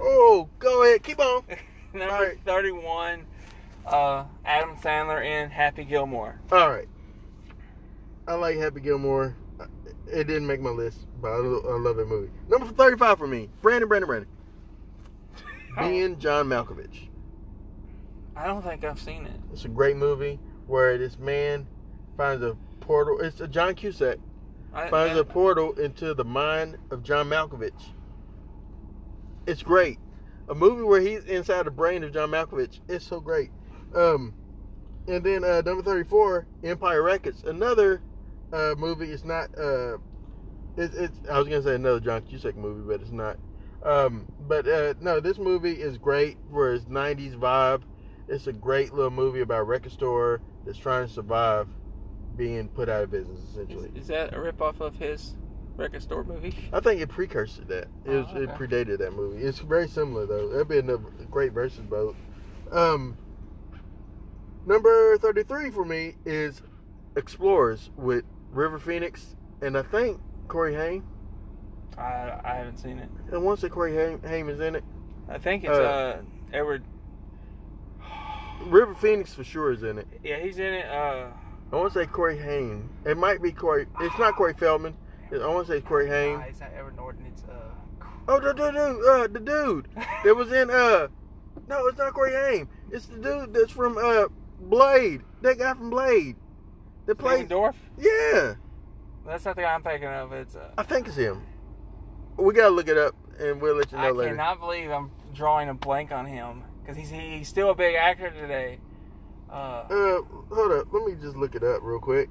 Speaker 1: oh, go ahead. Keep on.
Speaker 2: number
Speaker 1: all right.
Speaker 2: 31, uh, Adam Sandler in Happy Gilmore.
Speaker 1: All right. I like Happy Gilmore. It didn't make my list, but I, lo- I love that movie. Number 35 for me Brandon, Brandon, Brandon. Being John Malkovich.
Speaker 2: I don't think I've seen it.
Speaker 1: It's a great movie where this man finds a portal. It's a John Cusack
Speaker 2: I,
Speaker 1: finds
Speaker 2: I-
Speaker 1: a portal into the mind of John Malkovich. It's great. A movie where he's inside the brain of John Malkovich. It's so great. Um, and then uh, number thirty-four, Empire Records. Another uh, movie. It's not. Uh, it, it's. I was gonna say another John Cusack movie, but it's not. Um, but uh, no, this movie is great for its '90s vibe. It's a great little movie about a record store that's trying to survive being put out of business,
Speaker 2: is,
Speaker 1: essentially.
Speaker 2: is that a ripoff of his record store movie?
Speaker 1: I think it precursed that. It, was,
Speaker 2: Oh,
Speaker 1: it
Speaker 2: okay.
Speaker 1: predated that movie. It's very similar though. That'd be another great versus boat. Um, number thirty-three for me is Explorers with River Phoenix and I think Corey Haim.
Speaker 2: I, I haven't seen it.
Speaker 1: And once that Corey Haim, Haim is in it,
Speaker 2: I think it's uh,
Speaker 1: Uh,
Speaker 2: Edward.
Speaker 1: River Phoenix for sure is in it.
Speaker 2: Yeah, he's in it. Uh,
Speaker 1: I want to say Corey Haim. It might be Corey. It's not Corey Feldman. I want to say Corey Haim.
Speaker 2: nah, it's not Ah, Edward Norton. It's uh,
Speaker 1: Oh, the dude, uh, the dude that was in uh, no, it's not Corey Haim. It's the dude that's from uh Blade. That guy from Blade. That played.
Speaker 2: David Dorff.
Speaker 1: Yeah,
Speaker 2: That's not the guy I'm thinking of. It's uh,
Speaker 1: I think it's him. We gotta look it up and we'll let you know
Speaker 2: I
Speaker 1: later.
Speaker 2: cannot believe I'm drawing a blank on him because he's he's still a big actor today. Uh,
Speaker 1: Uh, hold up. Let me just look it up real quick.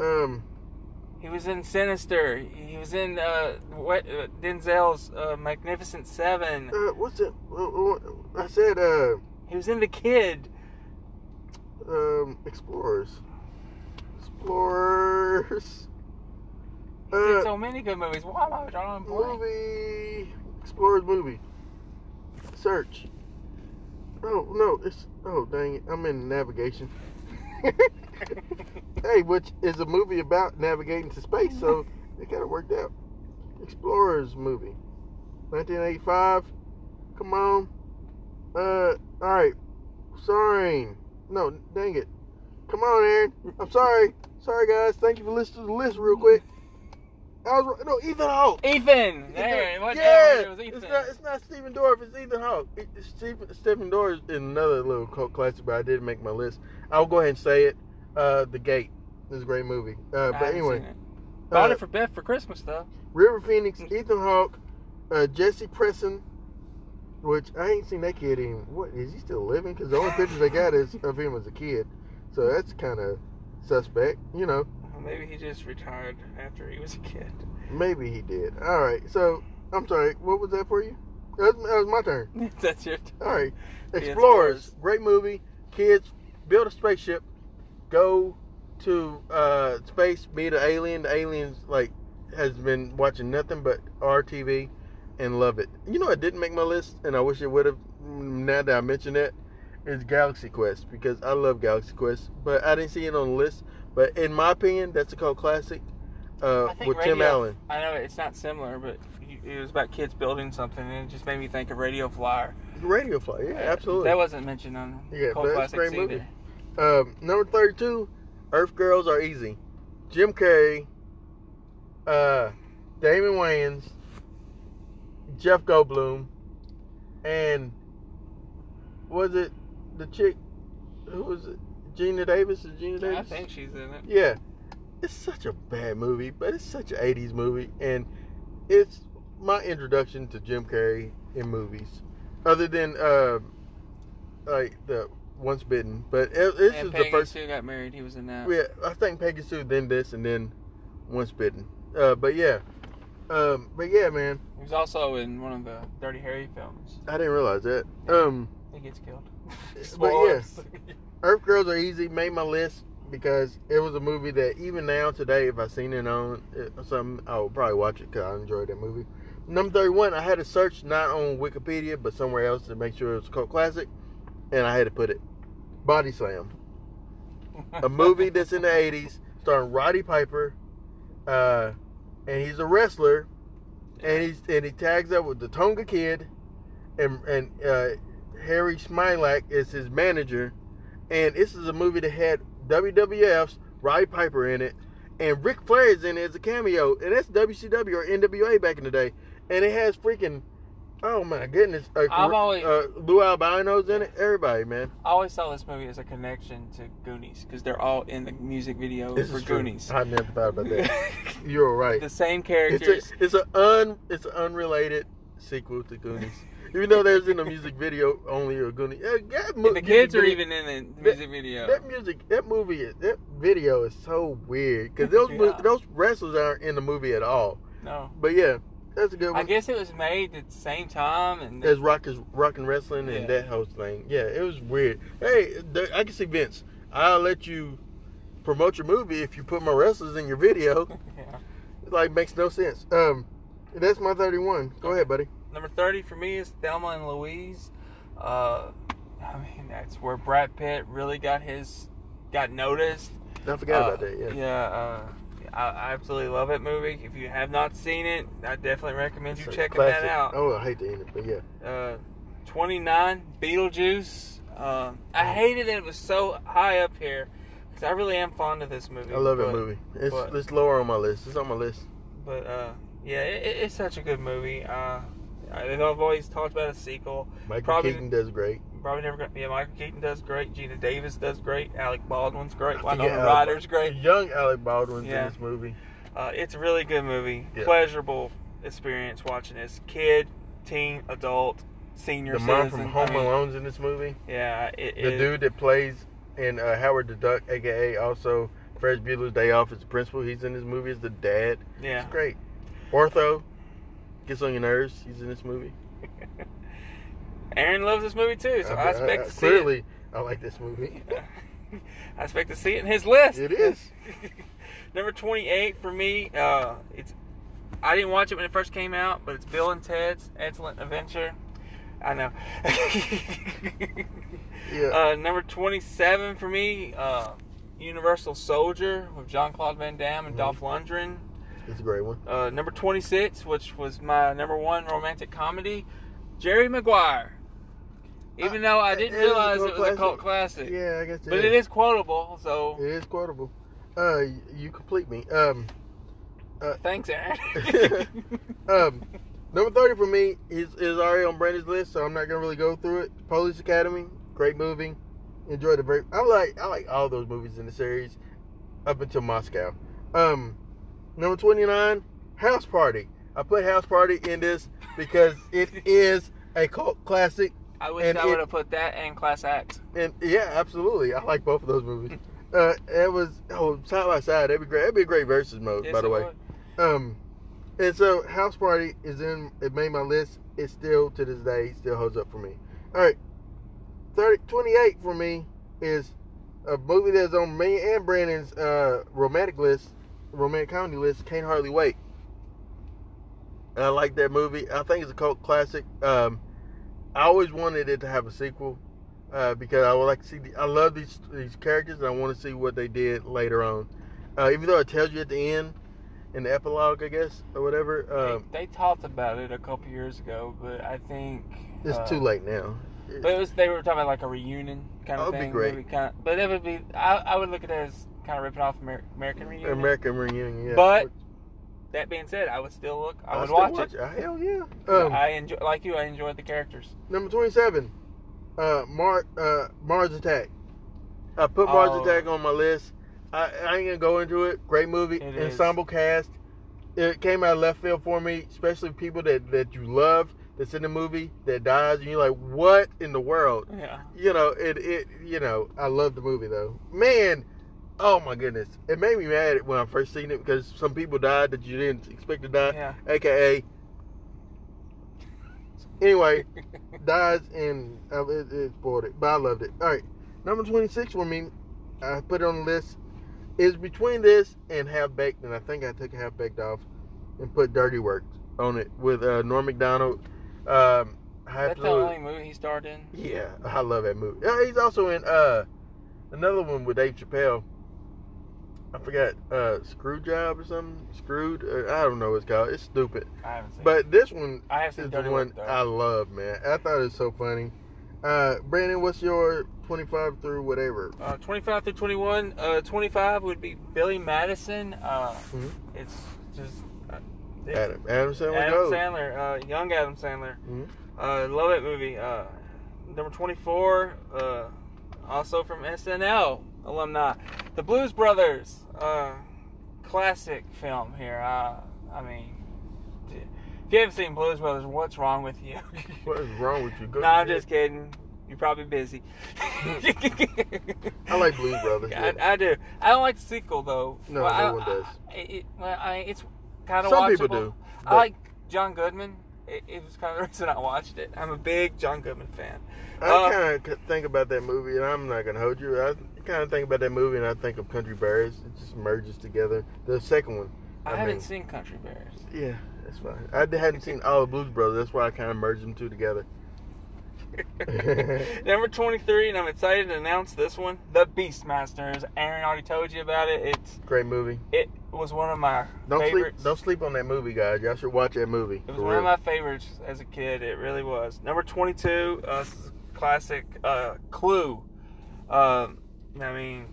Speaker 1: Um,
Speaker 2: he was in Sinister. He was in uh, what uh, Denzel's uh, Magnificent Seven.
Speaker 1: uh, what's it? uh, uh, I said uh,
Speaker 2: He was in The Kid.
Speaker 1: um, explorers. Explorers. Uh,
Speaker 2: He's in so many good movies. Why am I drawing a blank?
Speaker 1: Movie Explorers movie. Search. Oh no, it's oh dang it. I'm in navigation. hey, which is a movie about navigating to space, so it kinda worked out. Explorers movie. Nineteen eighty five. Come on. Uh alright. Sorry. No, dang it. Come on, Aaron. I'm sorry. Sorry guys. Thank you for listening to the list real quick. I was no Ethan Hawke.
Speaker 2: Ethan.
Speaker 1: Ethan-
Speaker 2: There. What
Speaker 1: yeah,
Speaker 2: It was Ethan.
Speaker 1: it's not it's not Stephen Dorff. It's Ethan Hawke. It- it's Stephen, Stephen Dorff is another little cult classic, but I did make my list. I'll go ahead and say it. Uh, the Gate is a great movie.
Speaker 2: I
Speaker 1: Uh, but
Speaker 2: haven't
Speaker 1: anyway,
Speaker 2: seen it. Bought
Speaker 1: uh,
Speaker 2: it for Beth for Christmas though.
Speaker 1: River Phoenix, Ethan Hawke, uh, Jesse Preston, which I ain't seen that kid in. What is he still living? Because the only pictures I got is of him as a kid, so that's kind of suspect. You know,
Speaker 2: Maybe he just retired after he was a kid.
Speaker 1: maybe he did. All right, so I'm sorry. What was that for you? That was, that was my turn.
Speaker 2: That's your.
Speaker 1: All right.
Speaker 2: The
Speaker 1: Explorers.
Speaker 2: Explorers.
Speaker 1: Great movie. Kids build a spaceship, go to uh, space, meet an alien. The alien's like has been watching nothing but RTV and love it. You know, I didn't make my list, and I wish it would have. Now that I mention it, is Galaxy Quest because I love Galaxy Quest, but I didn't see it on the list. But in my opinion, that's a cult classic uh,
Speaker 2: I think
Speaker 1: with Tim
Speaker 2: Radio-
Speaker 1: Allen.
Speaker 2: I know it's not similar, but it was about kids building something, and it just made me think of Radio Flyer.
Speaker 1: Radio Fly, yeah, absolutely.
Speaker 2: That wasn't mentioned on
Speaker 1: Yeah, but
Speaker 2: Cult
Speaker 1: it's a
Speaker 2: Classics
Speaker 1: great movie.
Speaker 2: either.
Speaker 1: Um, number 32, Earth Girls Are Easy. Jim Carrey, uh, Damon Wayans, Jeff Goldblum, and was it the chick who was it? Gina Davis? Is Gina Davis?
Speaker 2: I think she's in it.
Speaker 1: Yeah. It's such a bad movie, but it's such an 80s movie. And it's my introduction to Jim Carrey in movies. Other than, uh, like, the Once Bitten. But it, this
Speaker 2: and
Speaker 1: is
Speaker 2: Peggy
Speaker 1: the first.
Speaker 2: Sue got married. He was in that.
Speaker 1: Yeah, I think Peggy Sue, then this, and then Once Bitten. Uh, but yeah. Um, but yeah, man.
Speaker 2: He was also in one of the Dirty Harry films.
Speaker 1: I didn't realize that. Um,
Speaker 2: He gets killed.
Speaker 1: but yeah.
Speaker 2: Spoilers.
Speaker 1: Earth Girls Are Easy made my list because it was a movie that even now today, if I seen it on uh, something, I would probably watch it because I enjoyed that movie. Number thirty-one, I had to search not on Wikipedia but somewhere else to make sure it was a cult classic, and I had to put it Body Slam, a movie that's in the '80s starring Roddy Piper, uh, and he's a wrestler, and he's and he tags up with the Tonga Kid, and and uh, Harry Smilak is his manager and this is a movie that had WWF's Roddy Piper in it, and Ric Flair is in it as a cameo, and that's WCW or NWA back in the day, and it has freaking, oh my goodness, uh,
Speaker 2: I'm always-
Speaker 1: uh, Lou Albino's in it, everybody, man.
Speaker 2: I always saw this movie as a connection to Goonies because they're all in the music video
Speaker 1: This
Speaker 2: for
Speaker 1: is true.
Speaker 2: Goonies.
Speaker 1: I never thought about that. You're right.
Speaker 2: the same
Speaker 1: It's
Speaker 2: characters.
Speaker 1: a, it's a un it's an unrelated sequel to Goonies, even though there's in a music video only or Goonies. Yeah, yeah, mu-
Speaker 2: the
Speaker 1: music
Speaker 2: kids are
Speaker 1: video-
Speaker 2: even in the music video.
Speaker 1: That music, that movie, is, that video is so weird because those mo-
Speaker 2: Yeah.
Speaker 1: those wrestlers aren't in the movie at all.
Speaker 2: no,
Speaker 1: But yeah, that's a good
Speaker 2: I
Speaker 1: one.
Speaker 2: guess it was made at the same time, and
Speaker 1: There's rock is rock and wrestling and
Speaker 2: Yeah.
Speaker 1: that whole thing. Yeah, it was weird. Hey, th- I can see Vince. I'll let you promote your movie if you put my wrestlers in your video.
Speaker 2: Yeah.
Speaker 1: It, like makes no sense. Um, that's my thirty-one. Go ahead, buddy.
Speaker 2: number thirty for me is Thelma and Louise. Uh, I mean, that's where Brad Pitt really got his got noticed.
Speaker 1: I forgot
Speaker 2: Uh,
Speaker 1: about that. Yeah.
Speaker 2: uh, I, I absolutely love that movie. If you have not seen it, I definitely recommend you
Speaker 1: It's a
Speaker 2: checking
Speaker 1: classic.
Speaker 2: that out.
Speaker 1: Oh, I hate to end it, but yeah.
Speaker 2: Uh, 29, Beetlejuice. Uh, I hated that it was so high up here because I really am fond of this movie.
Speaker 1: I love
Speaker 2: but-
Speaker 1: that movie. It's,
Speaker 2: but-
Speaker 1: it's lower on my list. It's on my list.
Speaker 2: But uh, yeah, it, it- it's such a good movie. Uh, I- I've always talked about a sequel.
Speaker 1: Michael
Speaker 2: Probably-
Speaker 1: Keaton does great.
Speaker 2: Probably never gonna. Yeah, Michael Keaton does great. Gina Davis does great. Alec Baldwin's great.
Speaker 1: I think
Speaker 2: Winona
Speaker 1: Alec-
Speaker 2: Ryder's great.
Speaker 1: Young Alec Baldwin's
Speaker 2: Yeah.
Speaker 1: in this movie.
Speaker 2: Uh, it's a really good movie.
Speaker 1: Yeah.
Speaker 2: Pleasurable experience watching this. Kid, teen, adult, senior.
Speaker 1: the mom from
Speaker 2: citizen.
Speaker 1: Home
Speaker 2: I mean,
Speaker 1: Alone's in this movie.
Speaker 2: Yeah, it,
Speaker 1: The
Speaker 2: it-
Speaker 1: dude that plays in uh, Howard the Duck, aka also Fresh Bueller's Day Off, is the principal. He's in this movie as the dad.
Speaker 2: Yeah,
Speaker 1: It's great. Ortho gets on your nerves. He's in this movie.
Speaker 2: Aaron loves this movie too, so I, expect to see
Speaker 1: clearly, I like this movie.
Speaker 2: it. I expect to see it in his list.
Speaker 1: It is.
Speaker 2: Number twenty-eight for me. Uh, it's I didn't watch it when it first came out, but it's Bill and Ted's Excellent Adventure. I know.
Speaker 1: Yeah.
Speaker 2: Uh, number 27 for me, uh, Universal Soldier with Jean Claude Van Damme and
Speaker 1: Mhm.
Speaker 2: Dolph Lundgren.
Speaker 1: it's a great one.
Speaker 2: Uh, number 26, which was my number one romantic comedy, Jerry Maguire. Even though I didn't
Speaker 1: Uh, it is a
Speaker 2: realize
Speaker 1: cult
Speaker 2: it was a cult classic,
Speaker 1: Yeah, I guess
Speaker 2: but it is quotable, so
Speaker 1: It is quotable. Uh, y- you complete me. Um,
Speaker 2: thanks, Aaron.
Speaker 1: um, number thirty for me is is already on Brandon's list, so I'm not gonna really go through it. Police Academy, great movie. Enjoy the very. I like I like all those movies in the series, up until Moscow. Um, number twenty nine, House Party. I put House Party in this because it is a cult classic,
Speaker 2: I wish
Speaker 1: And
Speaker 2: I
Speaker 1: it-
Speaker 2: would have put that and Class Act.
Speaker 1: and yeah, absolutely, I like both of those movies. Uh, it was oh side by side. That'd be great. That'd be a great versus mode,
Speaker 2: Yes,
Speaker 1: by the
Speaker 2: it
Speaker 1: way.
Speaker 2: would.
Speaker 1: Um, and so House Party is in. It made my list. It still to this day still holds up for me. All right, 30, 28 for me is a movie that's on me and Brandon's uh, romantic list, romantic comedy list. Can't hardly wait. And I like that movie. I think it's a cult classic. Um, I always wanted it to have a sequel uh, because I would like to see. The, I love these these characters, and I want to see what they did later on. Uh, even though it tells you at the end, in the epilogue, I guess or whatever, um,
Speaker 2: they, they talked about it a couple years ago, but I think
Speaker 1: it's
Speaker 2: uh,
Speaker 1: too late now.
Speaker 2: But it was they were talking about like a reunion kind of
Speaker 1: That would be
Speaker 2: thing.
Speaker 1: great.
Speaker 2: maybe Kind of, but that would be I, I would look at it as kind of ripping off Amer- American reunion.
Speaker 1: American reunion, yeah.
Speaker 2: But that being said, I would still look. I,
Speaker 1: I'll
Speaker 2: would
Speaker 1: still
Speaker 2: watch, it.
Speaker 1: Uh, Hell yeah. Um,
Speaker 2: I enjoy, like you, I enjoyed the characters.
Speaker 1: number twenty-seven, uh, Mar- uh, Mars Attack. I put Mars
Speaker 2: Oh.
Speaker 1: Attack on my list. I, I ain't gonna go into it. Great movie,
Speaker 2: It is.
Speaker 1: ensemble cast. It came out of left field for me, especially people that that you love that's in the movie that dies, and you're like, what in the world?
Speaker 2: Yeah,
Speaker 1: you know, it it you know, I love the movie though. Man, oh my goodness. It made me mad when I first seen it because some people died that you didn't expect to die.
Speaker 2: yeah.
Speaker 1: AKA Anyway, dies and uh, it, it spoiled it, but I loved it. All right, number twenty six for me, I put it on the list. Is between this and Half Baked, and I think I took Half Baked off and put Dirty Work on it with uh, Norm Macdonald. Um, I
Speaker 2: That's the
Speaker 1: absolutely-
Speaker 2: only movie he starred in.
Speaker 1: yeah, I love that movie. Yeah, he's also in uh another one with Dave Chappelle. I forgot uh Screw Job or something. Screwed. Uh, I don't know what it's called. It's stupid.
Speaker 2: I haven't seen.
Speaker 1: But this one
Speaker 2: I have
Speaker 1: is
Speaker 2: seen
Speaker 1: the
Speaker 2: Dirty Work
Speaker 1: one
Speaker 2: though.
Speaker 1: I love, man. I thought it was so funny. Uh Brandon, what's your 25 through whatever?
Speaker 2: Uh, 25 through 21. Uh, 25 would be Billy Madison. Uh,
Speaker 1: Mhm.
Speaker 2: It's just uh, it's
Speaker 1: Adam, Adam Sandler.
Speaker 2: Adam
Speaker 1: goes.
Speaker 2: Sandler, uh, young Adam Sandler.
Speaker 1: Mhm.
Speaker 2: Uh, love that movie. Uh, number 24, uh, also from SNL alumni, The Blues Brothers. Uh, classic film here. Uh, I mean, if you haven't seen Blues Brothers, what's wrong with you?
Speaker 1: What is wrong with you? Go
Speaker 2: No, I'm
Speaker 1: to
Speaker 2: just kidding. You're probably busy.
Speaker 1: I like Blues Brothers,
Speaker 2: I,
Speaker 1: yeah.
Speaker 2: I do. I don't like the sequel though.
Speaker 1: No,
Speaker 2: Well,
Speaker 1: no
Speaker 2: I-
Speaker 1: one does.
Speaker 2: I- it, well, I, it's kind of
Speaker 1: Some people do, but-
Speaker 2: I like John Goodman. It, it was kind of the reason I watched it. I'm a big John Goodman fan.
Speaker 1: I
Speaker 2: uh,
Speaker 1: kind of think about that movie, and I'm not gonna hold you. I kind of think about that movie, and I think of Country Bears. It just merges together. The second one.
Speaker 2: I,
Speaker 1: I
Speaker 2: haven't
Speaker 1: mean-
Speaker 2: seen Country Bears.
Speaker 1: Yeah, that's fine. I hadn't seen all the Blues Brothers. That's why I kind of merged them two together.
Speaker 2: Number 23, and I'm excited to announce this one: The Beastmasters. Aaron already told you about it. It's
Speaker 1: Great movie.
Speaker 2: it was one of my
Speaker 1: Don't
Speaker 2: favorites.
Speaker 1: sleep. Don't sleep on that movie, guys. Y'all should watch that movie.
Speaker 2: It was
Speaker 1: for
Speaker 2: one of
Speaker 1: real.
Speaker 2: my favorites as a kid. It really was. Number 22, uh, this is a classic uh, Clue. Um, I mean,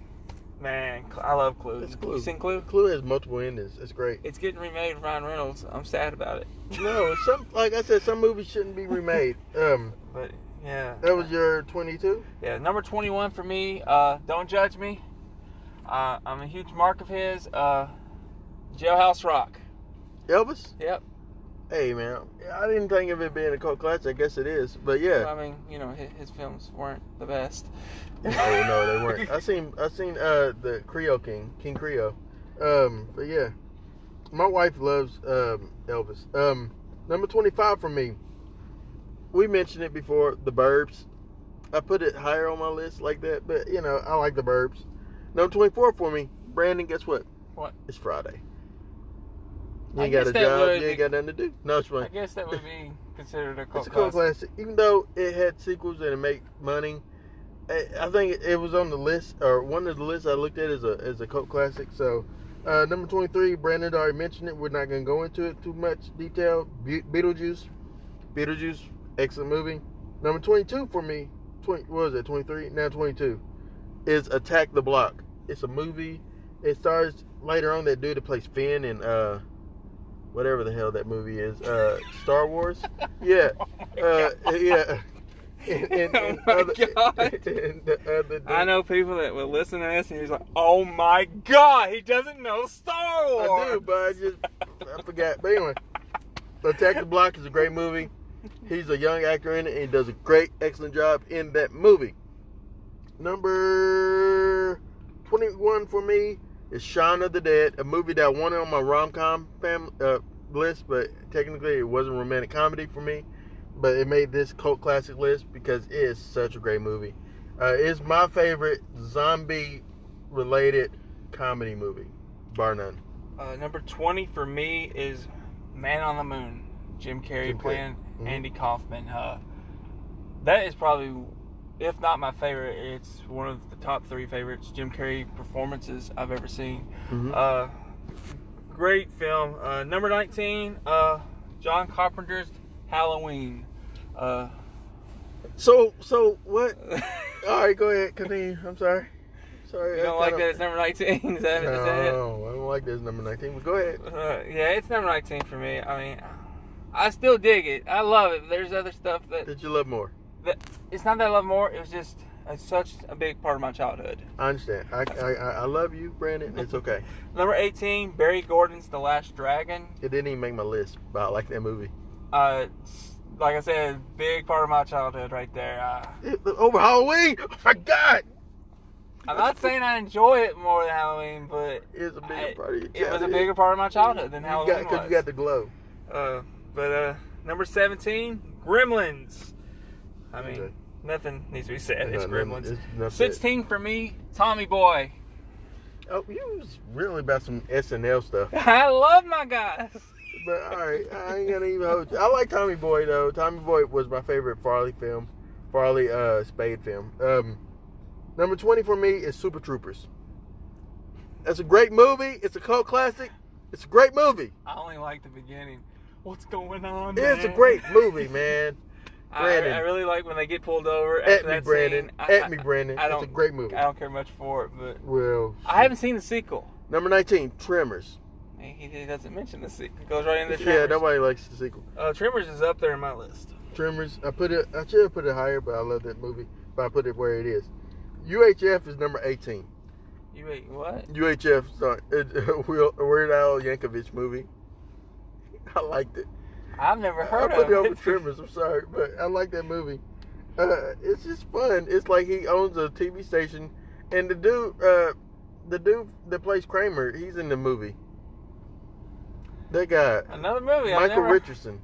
Speaker 2: man, Cl- I love Clue.
Speaker 1: It's
Speaker 2: You
Speaker 1: Clue.
Speaker 2: seen Clue?
Speaker 1: Clue has multiple endings. It's great.
Speaker 2: It's getting remade with Ryan Reynolds. I'm sad about it.
Speaker 1: No, some like I said, some movies shouldn't be remade. Um,
Speaker 2: But yeah.
Speaker 1: that was your twenty-two.
Speaker 2: Yeah, number 21 for me, uh, Don't Judge Me. Uh, I'm a huge mark of his. Uh, Jailhouse Rock.
Speaker 1: Elvis.
Speaker 2: Yep.
Speaker 1: Hey man, I didn't think of it being a cult classic. I guess it is, but
Speaker 2: I
Speaker 1: yeah.
Speaker 2: mean, you know, his, his films weren't the best.
Speaker 1: oh no, they weren't. I seen I seen uh the Creole King, King Creole. Um, but yeah, my wife loves um Elvis. Um, number twenty five for me. We mentioned it before. The Burbs. I put it higher on my list like that, but you know I like the Burbs. Number twenty four for me, Brandon. Guess what?
Speaker 2: What?
Speaker 1: It's Friday. You
Speaker 2: I
Speaker 1: ain't got
Speaker 2: guess
Speaker 1: a
Speaker 2: that
Speaker 1: job.
Speaker 2: would
Speaker 1: You
Speaker 2: be-
Speaker 1: ain't got nothing to do. No, it's fine.
Speaker 2: I guess that would be considered a cult
Speaker 1: It's a cult classic.
Speaker 2: classic.
Speaker 1: Even though it had sequels and it made money, I, I think it, it was on the list or one of the lists I looked at as a as a cult classic. So, uh, number twenty three, Brandon already mentioned it. We're not going to go into it too much detail. Be- Beetlejuice, Beetlejuice, excellent movie. Number twenty two for me, twenty what was it twenty three now twenty two, is Attack the Block. It's a movie. It stars later on that dude that plays Finn in uh, whatever the hell that movie is, uh, Star Wars.
Speaker 2: Oh
Speaker 1: Yeah, uh, yeah. And, and, and
Speaker 2: Oh my
Speaker 1: other,
Speaker 2: God.
Speaker 1: and the other
Speaker 2: I know people that will listen to this and he's like, "Oh my god, he doesn't know Star
Speaker 1: dude-
Speaker 2: Wars."
Speaker 1: I do, but I just I forgot. But anyway, Attack the Block is a great movie. He's a young actor in it, and he does a great, excellent job in that movie. Number twenty-one for me is Shaun of the Dead, a movie that I wanted on my rom-com fam- uh, list, but technically it wasn't romantic comedy for me. But it made this cult classic list because it is such a great movie. Uh, it's my favorite zombie-related comedy movie, bar none.
Speaker 2: Uh, number twenty for me is Man on the Moon. Jim Carrey
Speaker 1: Jim Carrey.
Speaker 2: playing
Speaker 1: Mhm.
Speaker 2: Andy Kaufman. Uh, that is probably, if not my favorite, it's one of the top three favorites Jim Carrey performances I've ever seen.
Speaker 1: Mhm.
Speaker 2: Uh, great film. Uh, number nineteen, uh, John Carpenter's Halloween. Uh,
Speaker 1: So so what? All right, go ahead, continue. I'm sorry. sorry.
Speaker 2: You don't
Speaker 1: I
Speaker 2: like that
Speaker 1: kinda-
Speaker 2: it's number 19? Is that, is that it?
Speaker 1: No, I don't like this number 19. But go ahead.
Speaker 2: Uh, yeah, it's number 19 for me. I mean, I still dig it. I love it. There's other stuff that,
Speaker 1: Did you love more?
Speaker 2: that it's not that I love more. It was just it's such a big part of my childhood.
Speaker 1: I understand. I, I, I I love you, Brandon. It's okay.
Speaker 2: Number 18, Barry Gordon's The Last Dragon.
Speaker 1: It didn't even make my list, but I like that movie.
Speaker 2: Uh, it's- like I said, big part of my childhood right there. Uh,
Speaker 1: It- over Halloween? Oh my God!
Speaker 2: I'm not saying I enjoy it more than Halloween, but
Speaker 1: It's a bigger
Speaker 2: I-
Speaker 1: part of your
Speaker 2: it was a
Speaker 1: childhood.
Speaker 2: bigger part of my childhood than
Speaker 1: you
Speaker 2: Halloween
Speaker 1: got, Because
Speaker 2: was.
Speaker 1: you got the glow.
Speaker 2: Uh, but uh, number 17, Gremlins. I mean,
Speaker 1: Okay.
Speaker 2: nothing needs to be said. It's
Speaker 1: No, no,
Speaker 2: Gremlins.
Speaker 1: it's- that's it.
Speaker 2: 16 for me, Tommy Boy.
Speaker 1: Oh, you was really about some SNL stuff.
Speaker 2: I love my guys.
Speaker 1: But all right, I ain't gonna even hold you. I like Tommy Boy though. Tommy Boy was my favorite Farley film, Farley uh Spade film. Um, number twenty for me is Super Troopers. That's a great movie. It's a cult classic. It's a great movie.
Speaker 2: I only like the beginning. What's going on?
Speaker 1: It's a
Speaker 2: man?
Speaker 1: great movie, man.
Speaker 2: I,
Speaker 1: Brandon.
Speaker 2: I really like when they get pulled over. after
Speaker 1: At me,
Speaker 2: that
Speaker 1: Brandon.
Speaker 2: Scene. I-
Speaker 1: At me, Brandon.
Speaker 2: I, I
Speaker 1: It's
Speaker 2: don't,
Speaker 1: a great movie.
Speaker 2: I don't care much for it, but
Speaker 1: Well,
Speaker 2: I haven't seen the sequel.
Speaker 1: number nineteen, Tremors.
Speaker 2: Man, He, he doesn't mention the sequel. It goes right into Tremors.
Speaker 1: Yeah, nobody likes the sequel.
Speaker 2: uh, Tremors is up there in my list.
Speaker 1: Tremors. I put it. I should have put it higher, but I love that movie. But I put it where it is. UHF is number eighteen.
Speaker 2: You wait, what?
Speaker 1: UHF, sorry, it, Weird- Weird Al Yankovic movie. I liked it.
Speaker 2: I've never heard
Speaker 1: I put
Speaker 2: of
Speaker 1: it over
Speaker 2: it.
Speaker 1: Tremors. I'm sorry, but I like that movie. Uh, it's just fun. It's like he owns a TV station, and the dude, uh, the dude that plays Kramer, he's in the movie. That guy,
Speaker 2: Another movie. I've
Speaker 1: Michael
Speaker 2: never-
Speaker 1: Richardson,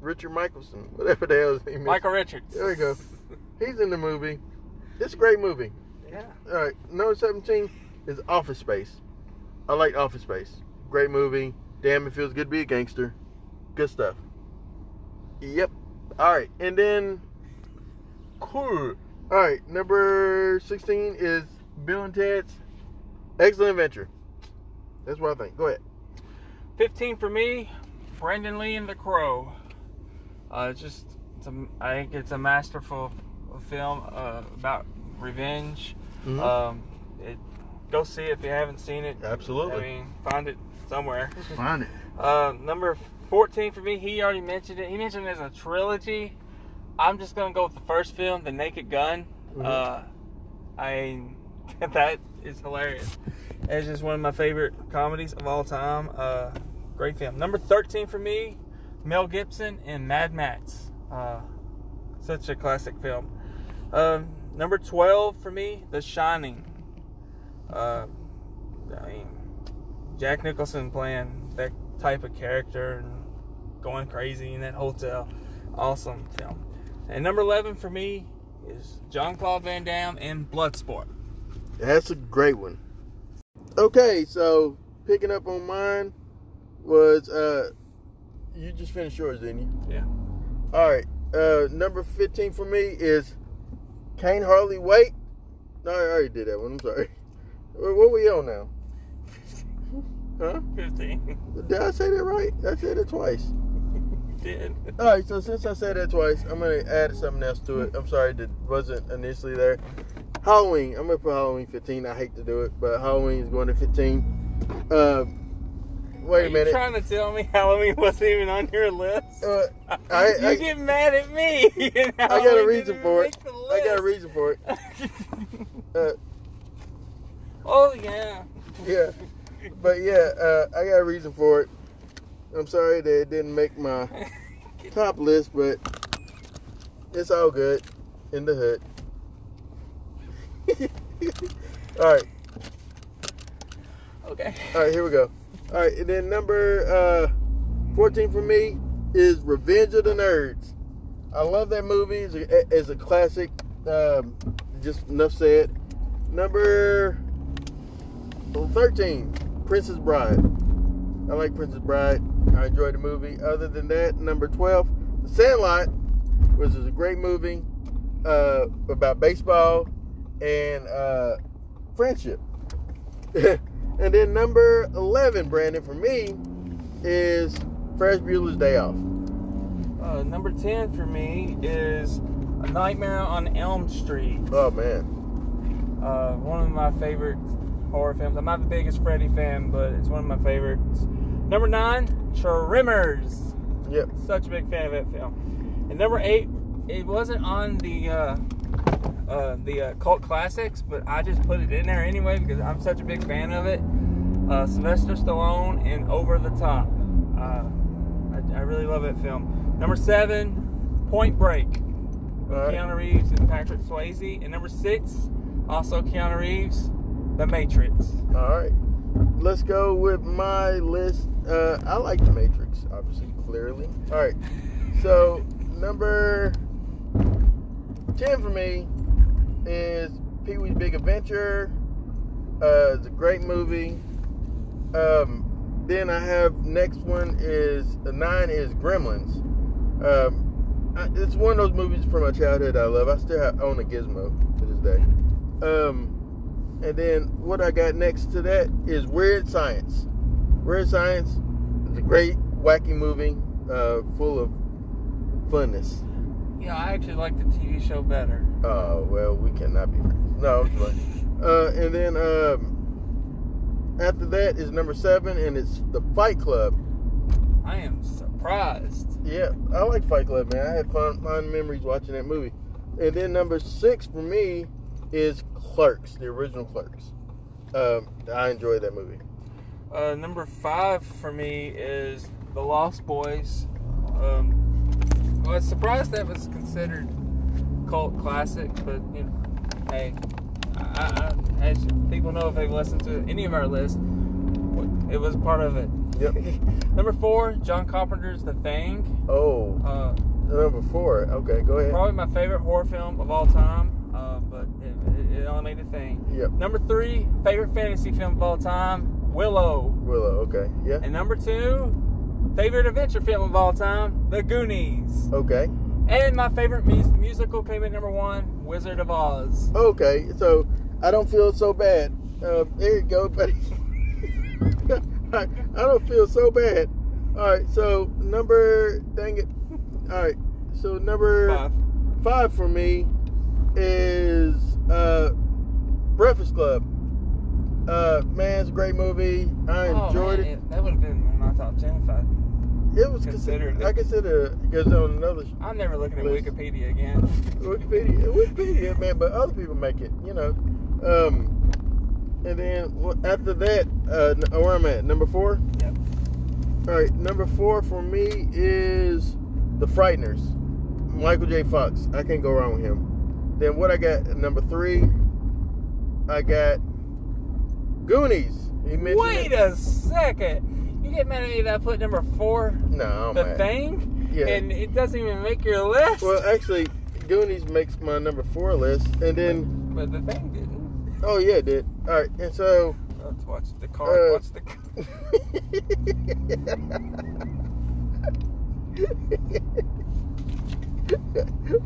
Speaker 1: Richard Michelson, whatever the hell his name is.
Speaker 2: Michael Richards.
Speaker 1: There we go. He's in the movie. It's a great movie.
Speaker 2: Yeah.
Speaker 1: All right, number 17 is Office Space. I like Office Space. Great movie. Damn, it feels good to be a gangster. Good stuff. Yep. All right, and then. Cool. All right, number 16 is Bill and Ted's Excellent Adventure. That's what I think. Go ahead.
Speaker 2: 15 for me, Brandon Lee and The Crow. Uh, it's just, it's a, I think it's a masterful film uh, about revenge. Um, it, go see it if you haven't seen it.
Speaker 1: Absolutely.
Speaker 2: I mean, find it somewhere.
Speaker 1: Find it.
Speaker 2: Uh, number 14 for me, he already mentioned it. He mentioned it as a trilogy. I'm just going to go with the first film, The Naked Gun.
Speaker 1: Mhm.
Speaker 2: Uh, I that is hilarious. It's just one of my favorite comedies of all time. Uh, great film. Number 13 for me, Mel Gibson and Mad Max. Uh, such a classic film. Um, number 12 for me, The Shining. Uh, I mean, Jack Nicholson playing that type of character and going crazy in that hotel. Awesome film. And number 11 for me is John Claude Van Damme in Bloodsport.
Speaker 1: That's a great one. Okay, so picking up on mine was uh you just finished yours, didn't you?
Speaker 2: Yeah.
Speaker 1: All right. Uh number 15 for me is Can't Hardly Wait. No, I already did that one. I'm sorry. What, what we on now? Huh?
Speaker 2: 15.
Speaker 1: Did I say that right? I said it twice.
Speaker 2: You did.
Speaker 1: All right, so since I said that twice, I'm gonna add something else to it. I'm sorry that wasn't initially there. Halloween. I'm gonna put Halloween 15. I hate to do it, but Halloween is going to 15. Uh, wait
Speaker 2: Are
Speaker 1: a
Speaker 2: you
Speaker 1: minute.
Speaker 2: trying to tell me Halloween wasn't even on your list?
Speaker 1: Uh, I,
Speaker 2: you
Speaker 1: I,
Speaker 2: get mad at me. I
Speaker 1: I got a reason for it. I got a reason for it. Uh,
Speaker 2: oh yeah.
Speaker 1: yeah, but yeah, uh, I got a reason for it. I'm sorry that it didn't make my top list, but it's all good in the hood. all right.
Speaker 2: Okay.
Speaker 1: All right, here we go. All right, and then number uh, 14 for me is Revenge of the Nerds. I love that movie. It's a, it's a classic. Um, just enough said. Number 13, Princess Bride. I like Princess Bride. I enjoyed the movie. Other than that, number 12, The Sandlot, which is a great movie uh, about baseball and uh, friendship. and then number 11, Brandon, for me, is Fresh Bueller's Day Off.
Speaker 2: Uh, number ten for me is A Nightmare on Elm Street.
Speaker 1: Oh, man.
Speaker 2: Uh, one of my favorite horror films. I'm not the biggest Freddy fan, but it's one of my favorites. Number nine, Tremors.
Speaker 1: Yep.
Speaker 2: Such a big fan of that film. And number eight, it wasn't on the uh, uh, the uh, cult classics, but I just put it in there anyway because I'm such a big fan of it. Uh, Sylvester Stallone and Over the Top. Uh, I, I really love that film. Number seven, Point Break. with
Speaker 1: All right.
Speaker 2: Keanu Reeves and Patrick Swayze. And number six, also Keanu Reeves, The Matrix.
Speaker 1: All right. Let's go with my list. Uh, I like The Matrix, obviously, clearly. All right. So, number 10 for me is Pee Wee's Big Adventure. Uh, it's a great movie. Um, then I have next one is uh, nine is Gremlins. Um, I, it's one of those movies from my childhood I love. I still have, own a Gizmo to this day. Um, and then what I got next to that is Weird Science. Weird Science is a great wacky movie, uh, full of funness.
Speaker 2: Yeah, I actually like the TV show better.
Speaker 1: Oh well, we cannot be friends. No, I'm playing. uh, and then um, after that is number seven, and it's the Fight Club.
Speaker 2: I am surprised.
Speaker 1: Yeah, I like Fight Club, man. I had fun, fun memories watching that movie. And then number six for me is Clerks, the original Clerks. Um, I enjoyed that movie.
Speaker 2: Uh, number five for me is The Lost Boys. Um, I was surprised that was considered cult classic, but you know, hey, I, I, as people know if they've listened to any of our list, it was part of it.
Speaker 1: Yep.
Speaker 2: number four, John Carpenter's The Thing.
Speaker 1: Oh,
Speaker 2: Uh,
Speaker 1: number four. Okay, go ahead.
Speaker 2: probably my favorite horror film of all time, uh, but it, it, it only made a thing.
Speaker 1: Yep.
Speaker 2: Number three, favorite fantasy film of all time, Willow.
Speaker 1: Willow. Okay. Yeah.
Speaker 2: And number two, favorite adventure film of all time, The Goonies.
Speaker 1: Okay.
Speaker 2: And my favorite mus- musical came in number one, Wizard of Oz.
Speaker 1: Okay. So I don't feel so bad. Uh, there you go, buddy. I don't feel so bad. All right. So number. Dang it. All right. So number.
Speaker 2: Five.
Speaker 1: five for me is uh, Breakfast Club. Uh, man, it's a great movie. I enjoyed
Speaker 2: Oh, man, That would have been one of my top ten if I.
Speaker 1: it. It was
Speaker 2: Considered
Speaker 1: considered.
Speaker 2: it.
Speaker 1: I consider because on another sh-
Speaker 2: I'm never looking at
Speaker 1: Please.
Speaker 2: Wikipedia again.
Speaker 1: Wikipedia, Wikipedia, man, but other people make it, you know. Um, and then wh- after that, uh, n- where I'm at, number four.
Speaker 2: Yep.
Speaker 1: All right, number four for me is The Frighteners, Michael J. Fox. I can't go wrong with him. Then what I got at number three, I got Goonies. He mentioned
Speaker 2: Wait
Speaker 1: it.
Speaker 2: a second. You get mad at me that I put number four,
Speaker 1: no, I'm
Speaker 2: The
Speaker 1: mad.
Speaker 2: Thing,
Speaker 1: Yeah.
Speaker 2: and it doesn't even make your list.
Speaker 1: Well, actually, Goonies makes my number four list, and then
Speaker 2: but The Thing didn't.
Speaker 1: oh yeah, it did. All right, and so.
Speaker 2: Let's watch the card.
Speaker 1: Uh,
Speaker 2: watch the. card.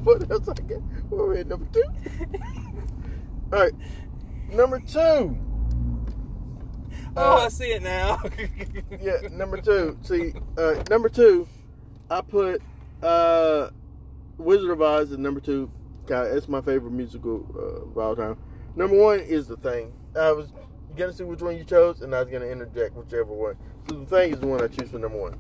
Speaker 1: what else I got? What we at number two? All right, number two.
Speaker 2: Oh,
Speaker 1: uh,
Speaker 2: I see it now.
Speaker 1: Yeah, number two. See, uh, number two, I put uh, Wizard of Oz at number two. God, it's my favorite musical uh, of all time. Number one is The Thing. I was gonna see which one you chose, and I was gonna interject whichever one. So The Thing is the one I choose for number one.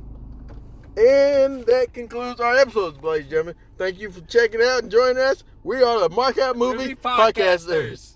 Speaker 1: And that concludes our episodes, ladies and gentlemen. Thank you for checking out and joining us. We are the Mark Out Movie, Podcasters.